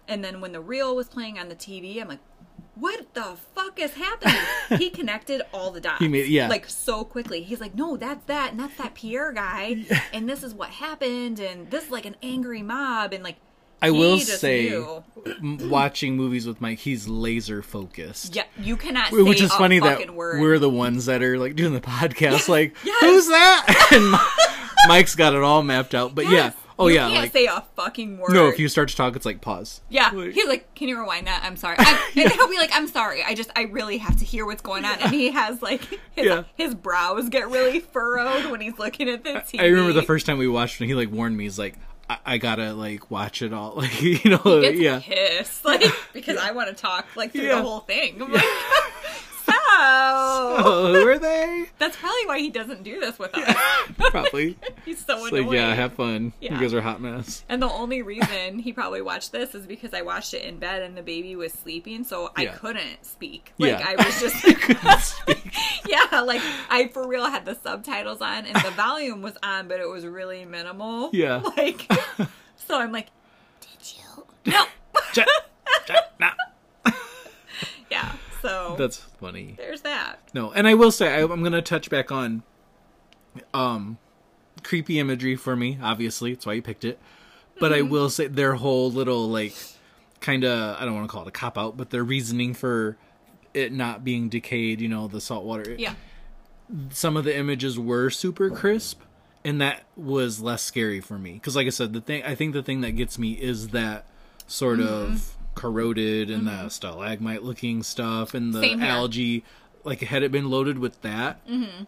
Speaker 2: And then when the reel was playing on the TV, I'm like, what the fuck is
Speaker 1: <laughs>
Speaker 2: happening? he connected all the dots.
Speaker 1: made- yeah.
Speaker 2: Like so quickly. He's like, no, that's that, and that's that Pierre guy, and this is what happened, and this is like an angry mob, and like
Speaker 1: I
Speaker 2: he
Speaker 1: will
Speaker 2: just
Speaker 1: say,
Speaker 2: knew.
Speaker 1: m- watching movies with Mike, he's laser focused.
Speaker 2: yeah, you cannot. Say
Speaker 1: Which is
Speaker 2: a
Speaker 1: funny that
Speaker 2: fucking word.
Speaker 1: we're the ones that are like doing the podcast, like,
Speaker 2: yes.
Speaker 1: who's that? <laughs> And
Speaker 2: <laughs>
Speaker 1: Mi- Mike's got it all mapped out. But
Speaker 2: Yes,
Speaker 1: yeah, oh
Speaker 2: you
Speaker 1: yeah,
Speaker 2: can't
Speaker 1: like,
Speaker 2: say a fucking word.
Speaker 1: no, if you start to talk, it's like pause.
Speaker 2: Yeah,
Speaker 1: Like-
Speaker 2: he's like, "Can you rewind that?
Speaker 1: <laughs>
Speaker 2: I'm sorry." I, And he'll be like, "I'm sorry. I just, I really have to hear what's going on." And he has like his,
Speaker 1: Yeah.
Speaker 2: his brows get really furrowed when he's looking at the TV.
Speaker 1: I remember the first time we watched it, he like warned me, he's like, I, I gotta like watch it all, <laughs> like you know,
Speaker 2: It's
Speaker 1: yeah.
Speaker 2: pissed, like because I want to talk like through
Speaker 1: Yeah.
Speaker 2: the whole thing. I'm like, <laughs>
Speaker 1: <laughs>
Speaker 2: so
Speaker 1: <laughs> Oh, who are
Speaker 2: <laughs>
Speaker 1: they?
Speaker 2: that's probably why he doesn't do this with us. <laughs>
Speaker 1: Probably.
Speaker 2: He's so
Speaker 1: It's
Speaker 2: annoying.
Speaker 1: like, yeah, have fun. You
Speaker 2: Yeah.
Speaker 1: guys are a hot mess.
Speaker 2: <laughs>
Speaker 1: <laughs>
Speaker 2: And the only reason he probably watched this is because I watched it in bed and the baby was sleeping, so I
Speaker 1: Yeah.
Speaker 2: couldn't speak.
Speaker 1: Yeah.
Speaker 2: Like I
Speaker 1: <laughs>
Speaker 2: was just <laughs> Yeah, like I for real had the subtitles on and the volume was on, but it was really minimal.
Speaker 1: <laughs> Yeah.
Speaker 2: <laughs> Like so I'm like, Did
Speaker 1: <laughs>
Speaker 2: you No <laughs>
Speaker 1: Shut- shut- nah.
Speaker 2: Yeah. So
Speaker 1: That's funny.
Speaker 2: there's that.
Speaker 1: No, and I will say I, I'm going to touch back on um creepy imagery for me. Obviously, it's why you picked it. But I will say their whole little like kind of I don't want to call it a cop out, but their reasoning for it not being decayed, you know, the salt water.
Speaker 2: Yeah.
Speaker 1: Some of the images were super crisp, and that was less scary for me because, like I said, the thing I think the thing that gets me is that sort
Speaker 2: Mm-hmm.
Speaker 1: of corroded and the stalagmite looking stuff and the
Speaker 2: Same here.
Speaker 1: algae. Like had it been loaded with that,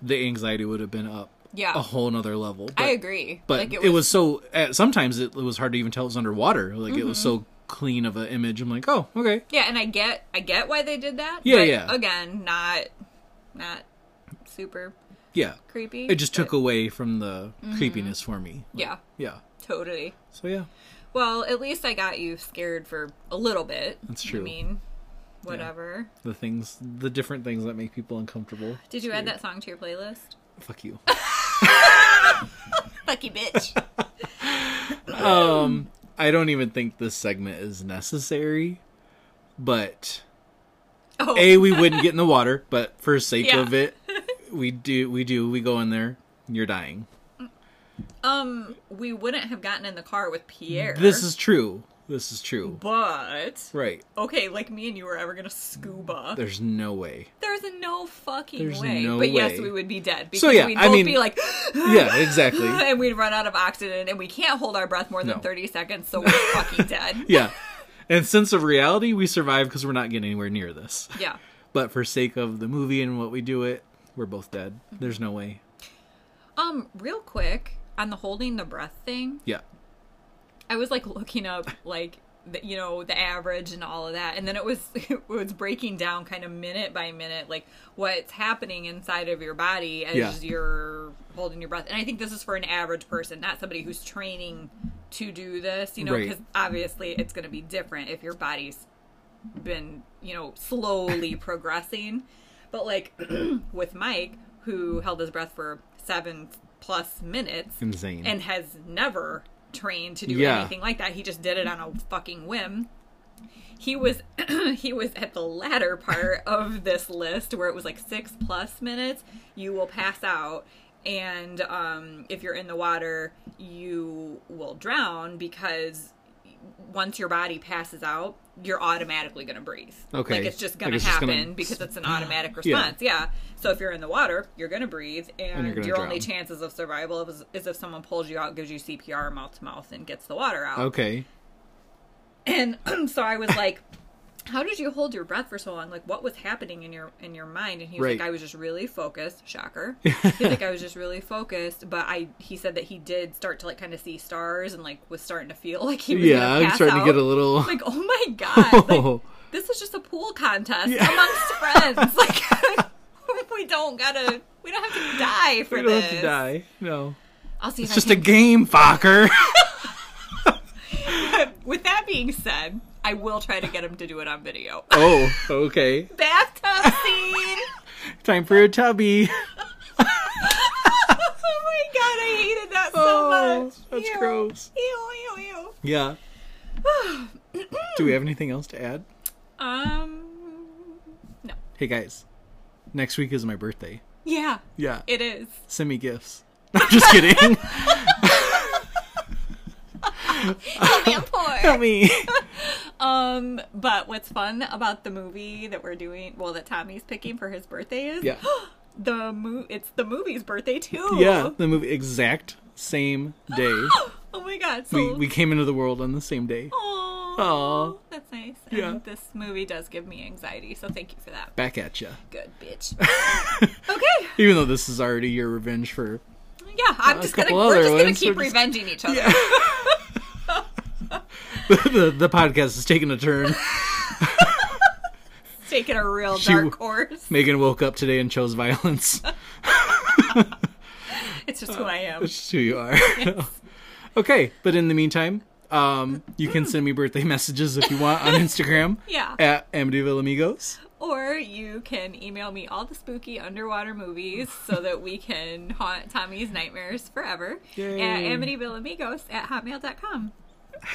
Speaker 1: the anxiety would have been up
Speaker 2: Mm-hmm. Yeah.
Speaker 1: a whole nother level. But,
Speaker 2: I agree.
Speaker 1: But
Speaker 2: like
Speaker 1: it, was, so uh, sometimes it, it was hard to even tell it was underwater. Like it was
Speaker 2: Mm-hmm.
Speaker 1: so clean of an image. I'm like, oh, okay,
Speaker 2: Yeah, and I get I get why they did that.
Speaker 1: Yeah,
Speaker 2: but
Speaker 1: yeah.
Speaker 2: Again, not not super
Speaker 1: yeah.
Speaker 2: creepy.
Speaker 1: It just took
Speaker 2: but- Mm-hmm.
Speaker 1: away from the creepiness for me. Like,
Speaker 2: Yeah,
Speaker 1: Yeah.
Speaker 2: totally.
Speaker 1: So yeah.
Speaker 2: Well, at least I got you scared for a little bit.
Speaker 1: That's true.
Speaker 2: I mean, whatever.
Speaker 1: the things the different things that make people uncomfortable
Speaker 2: Did you add that song to your playlist?
Speaker 1: fuck you <laughs>
Speaker 2: Fuck you, bitch.
Speaker 1: um i don't even think this segment is necessary but
Speaker 2: Oh,
Speaker 1: a we wouldn't get in the water but for sake
Speaker 2: Yeah.
Speaker 1: of it we do we do we go in there you're dying
Speaker 2: um, <laughs> we wouldn't have gotten in the car with Pierre.
Speaker 1: this is true this is true
Speaker 2: But
Speaker 1: right
Speaker 2: okay, like me and you were ever gonna scuba.
Speaker 1: there's no
Speaker 2: <laughs>
Speaker 1: way
Speaker 2: there's no fucking
Speaker 1: There's
Speaker 2: way.
Speaker 1: no
Speaker 2: but yes,
Speaker 1: way.
Speaker 2: we would be dead because
Speaker 1: So, yeah,
Speaker 2: we'd
Speaker 1: I
Speaker 2: both
Speaker 1: mean- <laughs>
Speaker 2: be like, <gasps>
Speaker 1: yeah exactly
Speaker 2: <laughs> and we'd run out of oxygen, and we can't hold our breath more than
Speaker 1: No.
Speaker 2: thirty seconds, so we're fucking dead.
Speaker 1: yeah and sense of reality we survive because we're not getting anywhere near this
Speaker 2: yeah.
Speaker 1: but for sake of the movie and what we do it we're both dead there's no way
Speaker 2: Um, real quick on the holding the breath thing.
Speaker 1: yeah
Speaker 2: I was like looking up like the, you know the average and all of that, and then it was <laughs> it was breaking down kind of minute by minute like what's happening inside of your body as
Speaker 1: Yeah.
Speaker 2: you're holding your breath. And I think this is for an average person, not somebody who's training to do this. You know,
Speaker 1: Right.
Speaker 2: because obviously it's going to be different if your body's been you know
Speaker 1: <laughs>
Speaker 2: slowly progressing. But like <clears throat> with Mike, who held his breath for seven plus minutes,
Speaker 1: insane
Speaker 2: and has never trained to do
Speaker 1: Yeah.
Speaker 2: anything like that. He just did it on a fucking whim. he was <clears throat> he was at the latter part <laughs> of this list where it was like six plus minutes you will pass out and um, if you're in the water you will drown because once your body passes out you're automatically going to breathe
Speaker 1: Okay.
Speaker 2: like it's just going
Speaker 1: Like, it's
Speaker 2: to
Speaker 1: just
Speaker 2: happen
Speaker 1: gonna-
Speaker 2: because
Speaker 1: <gasps>
Speaker 2: it's an automatic response yeah. so if you're in the water you're going to breathe and,
Speaker 1: you're gonna
Speaker 2: your only
Speaker 1: drown.
Speaker 2: chances of survival is, is if someone pulls you out gives you cpr mouth to mouth and gets the water out
Speaker 1: Okay.
Speaker 2: and <clears throat> so I was like, "How did you hold your breath for so long? Like, what was happening in your in your mind?" And he was
Speaker 1: Right.
Speaker 2: like, "I was just really
Speaker 1: <laughs>
Speaker 2: focused." Shocker. He's like, "I was just really focused," but I he said that he did start to like kind of see stars and like was starting to feel <laughs> like he was
Speaker 1: Yeah,
Speaker 2: gonna
Speaker 1: I'm
Speaker 2: pass
Speaker 1: starting
Speaker 2: out.
Speaker 1: to get a little. <laughs>
Speaker 2: like, oh my god, like,
Speaker 1: Oh.
Speaker 2: this is just a pool
Speaker 1: <laughs>
Speaker 2: contest amongst friends. <laughs> Like, we don't gotta, we don't have to die for
Speaker 1: we don't
Speaker 2: this.
Speaker 1: have to die. No.
Speaker 2: I'll see if
Speaker 1: It's
Speaker 2: I
Speaker 1: just a
Speaker 2: can
Speaker 1: game, <laughs> Fokker.
Speaker 2: With that being said, I will try to get him to do it on video. <laughs>
Speaker 1: oh, okay.
Speaker 2: Bathtub scene. <laughs>
Speaker 1: Time for a tubby.
Speaker 2: oh my god, I hated that so
Speaker 1: Oh,
Speaker 2: much.
Speaker 1: that's gross.
Speaker 2: Ew, ew, ew.
Speaker 1: Yeah. <sighs> Do we have anything else to add?
Speaker 2: Um, no.
Speaker 1: Hey guys, next week is my birthday.
Speaker 2: Yeah,
Speaker 1: Yeah.
Speaker 2: it is.
Speaker 1: Send me gifts. <laughs> I'm just kidding.
Speaker 2: Tell me I'm poor.
Speaker 1: Tell me.
Speaker 2: <laughs> Um, but what's fun about the movie that we're doing, well, that Tommy's picking for his birthday is
Speaker 1: Yeah.
Speaker 2: the mo- It's the movie's birthday too.
Speaker 1: <laughs> Yeah, the movie exact same day.
Speaker 2: <gasps> Oh my god. So
Speaker 1: We we came into the world on the same day.
Speaker 2: Aw,
Speaker 1: Aw.
Speaker 2: that's nice.
Speaker 1: Yeah.
Speaker 2: And this movie does give me anxiety, so thank you for that.
Speaker 1: Back at ya.
Speaker 2: Good
Speaker 1: <laughs>
Speaker 2: bitch. okay.
Speaker 1: Even though this is already your revenge for <laughs>
Speaker 2: Yeah, I'm just gonna
Speaker 1: couple
Speaker 2: we're
Speaker 1: other
Speaker 2: just gonna
Speaker 1: ones,
Speaker 2: keep
Speaker 1: we're just-
Speaker 2: revenging each other.
Speaker 1: the the podcast is taking a turn.
Speaker 2: Taking a real
Speaker 1: She
Speaker 2: dark
Speaker 1: w- <laughs>
Speaker 2: course.
Speaker 1: Megan woke up today and chose violence.
Speaker 2: It's just who I am.
Speaker 1: That's just who you are. <laughs> okay, but in the meantime, um, you can send me birthday <laughs> messages if you want on Instagram.
Speaker 2: Yeah.
Speaker 1: At Amityville Amigos.
Speaker 2: Or you can email me all the spooky
Speaker 1: <laughs>
Speaker 2: underwater movies so that we can haunt Tommy's nightmares forever
Speaker 1: Yay.
Speaker 2: at amityvilleamigos at hotmail.com.
Speaker 1: I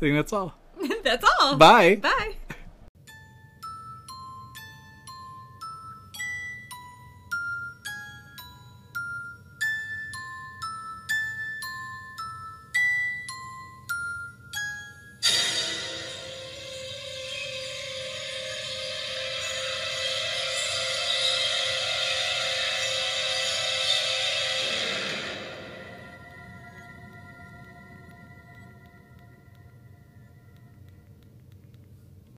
Speaker 1: think that's all.
Speaker 2: <laughs> That's all.
Speaker 1: Bye.
Speaker 2: Bye.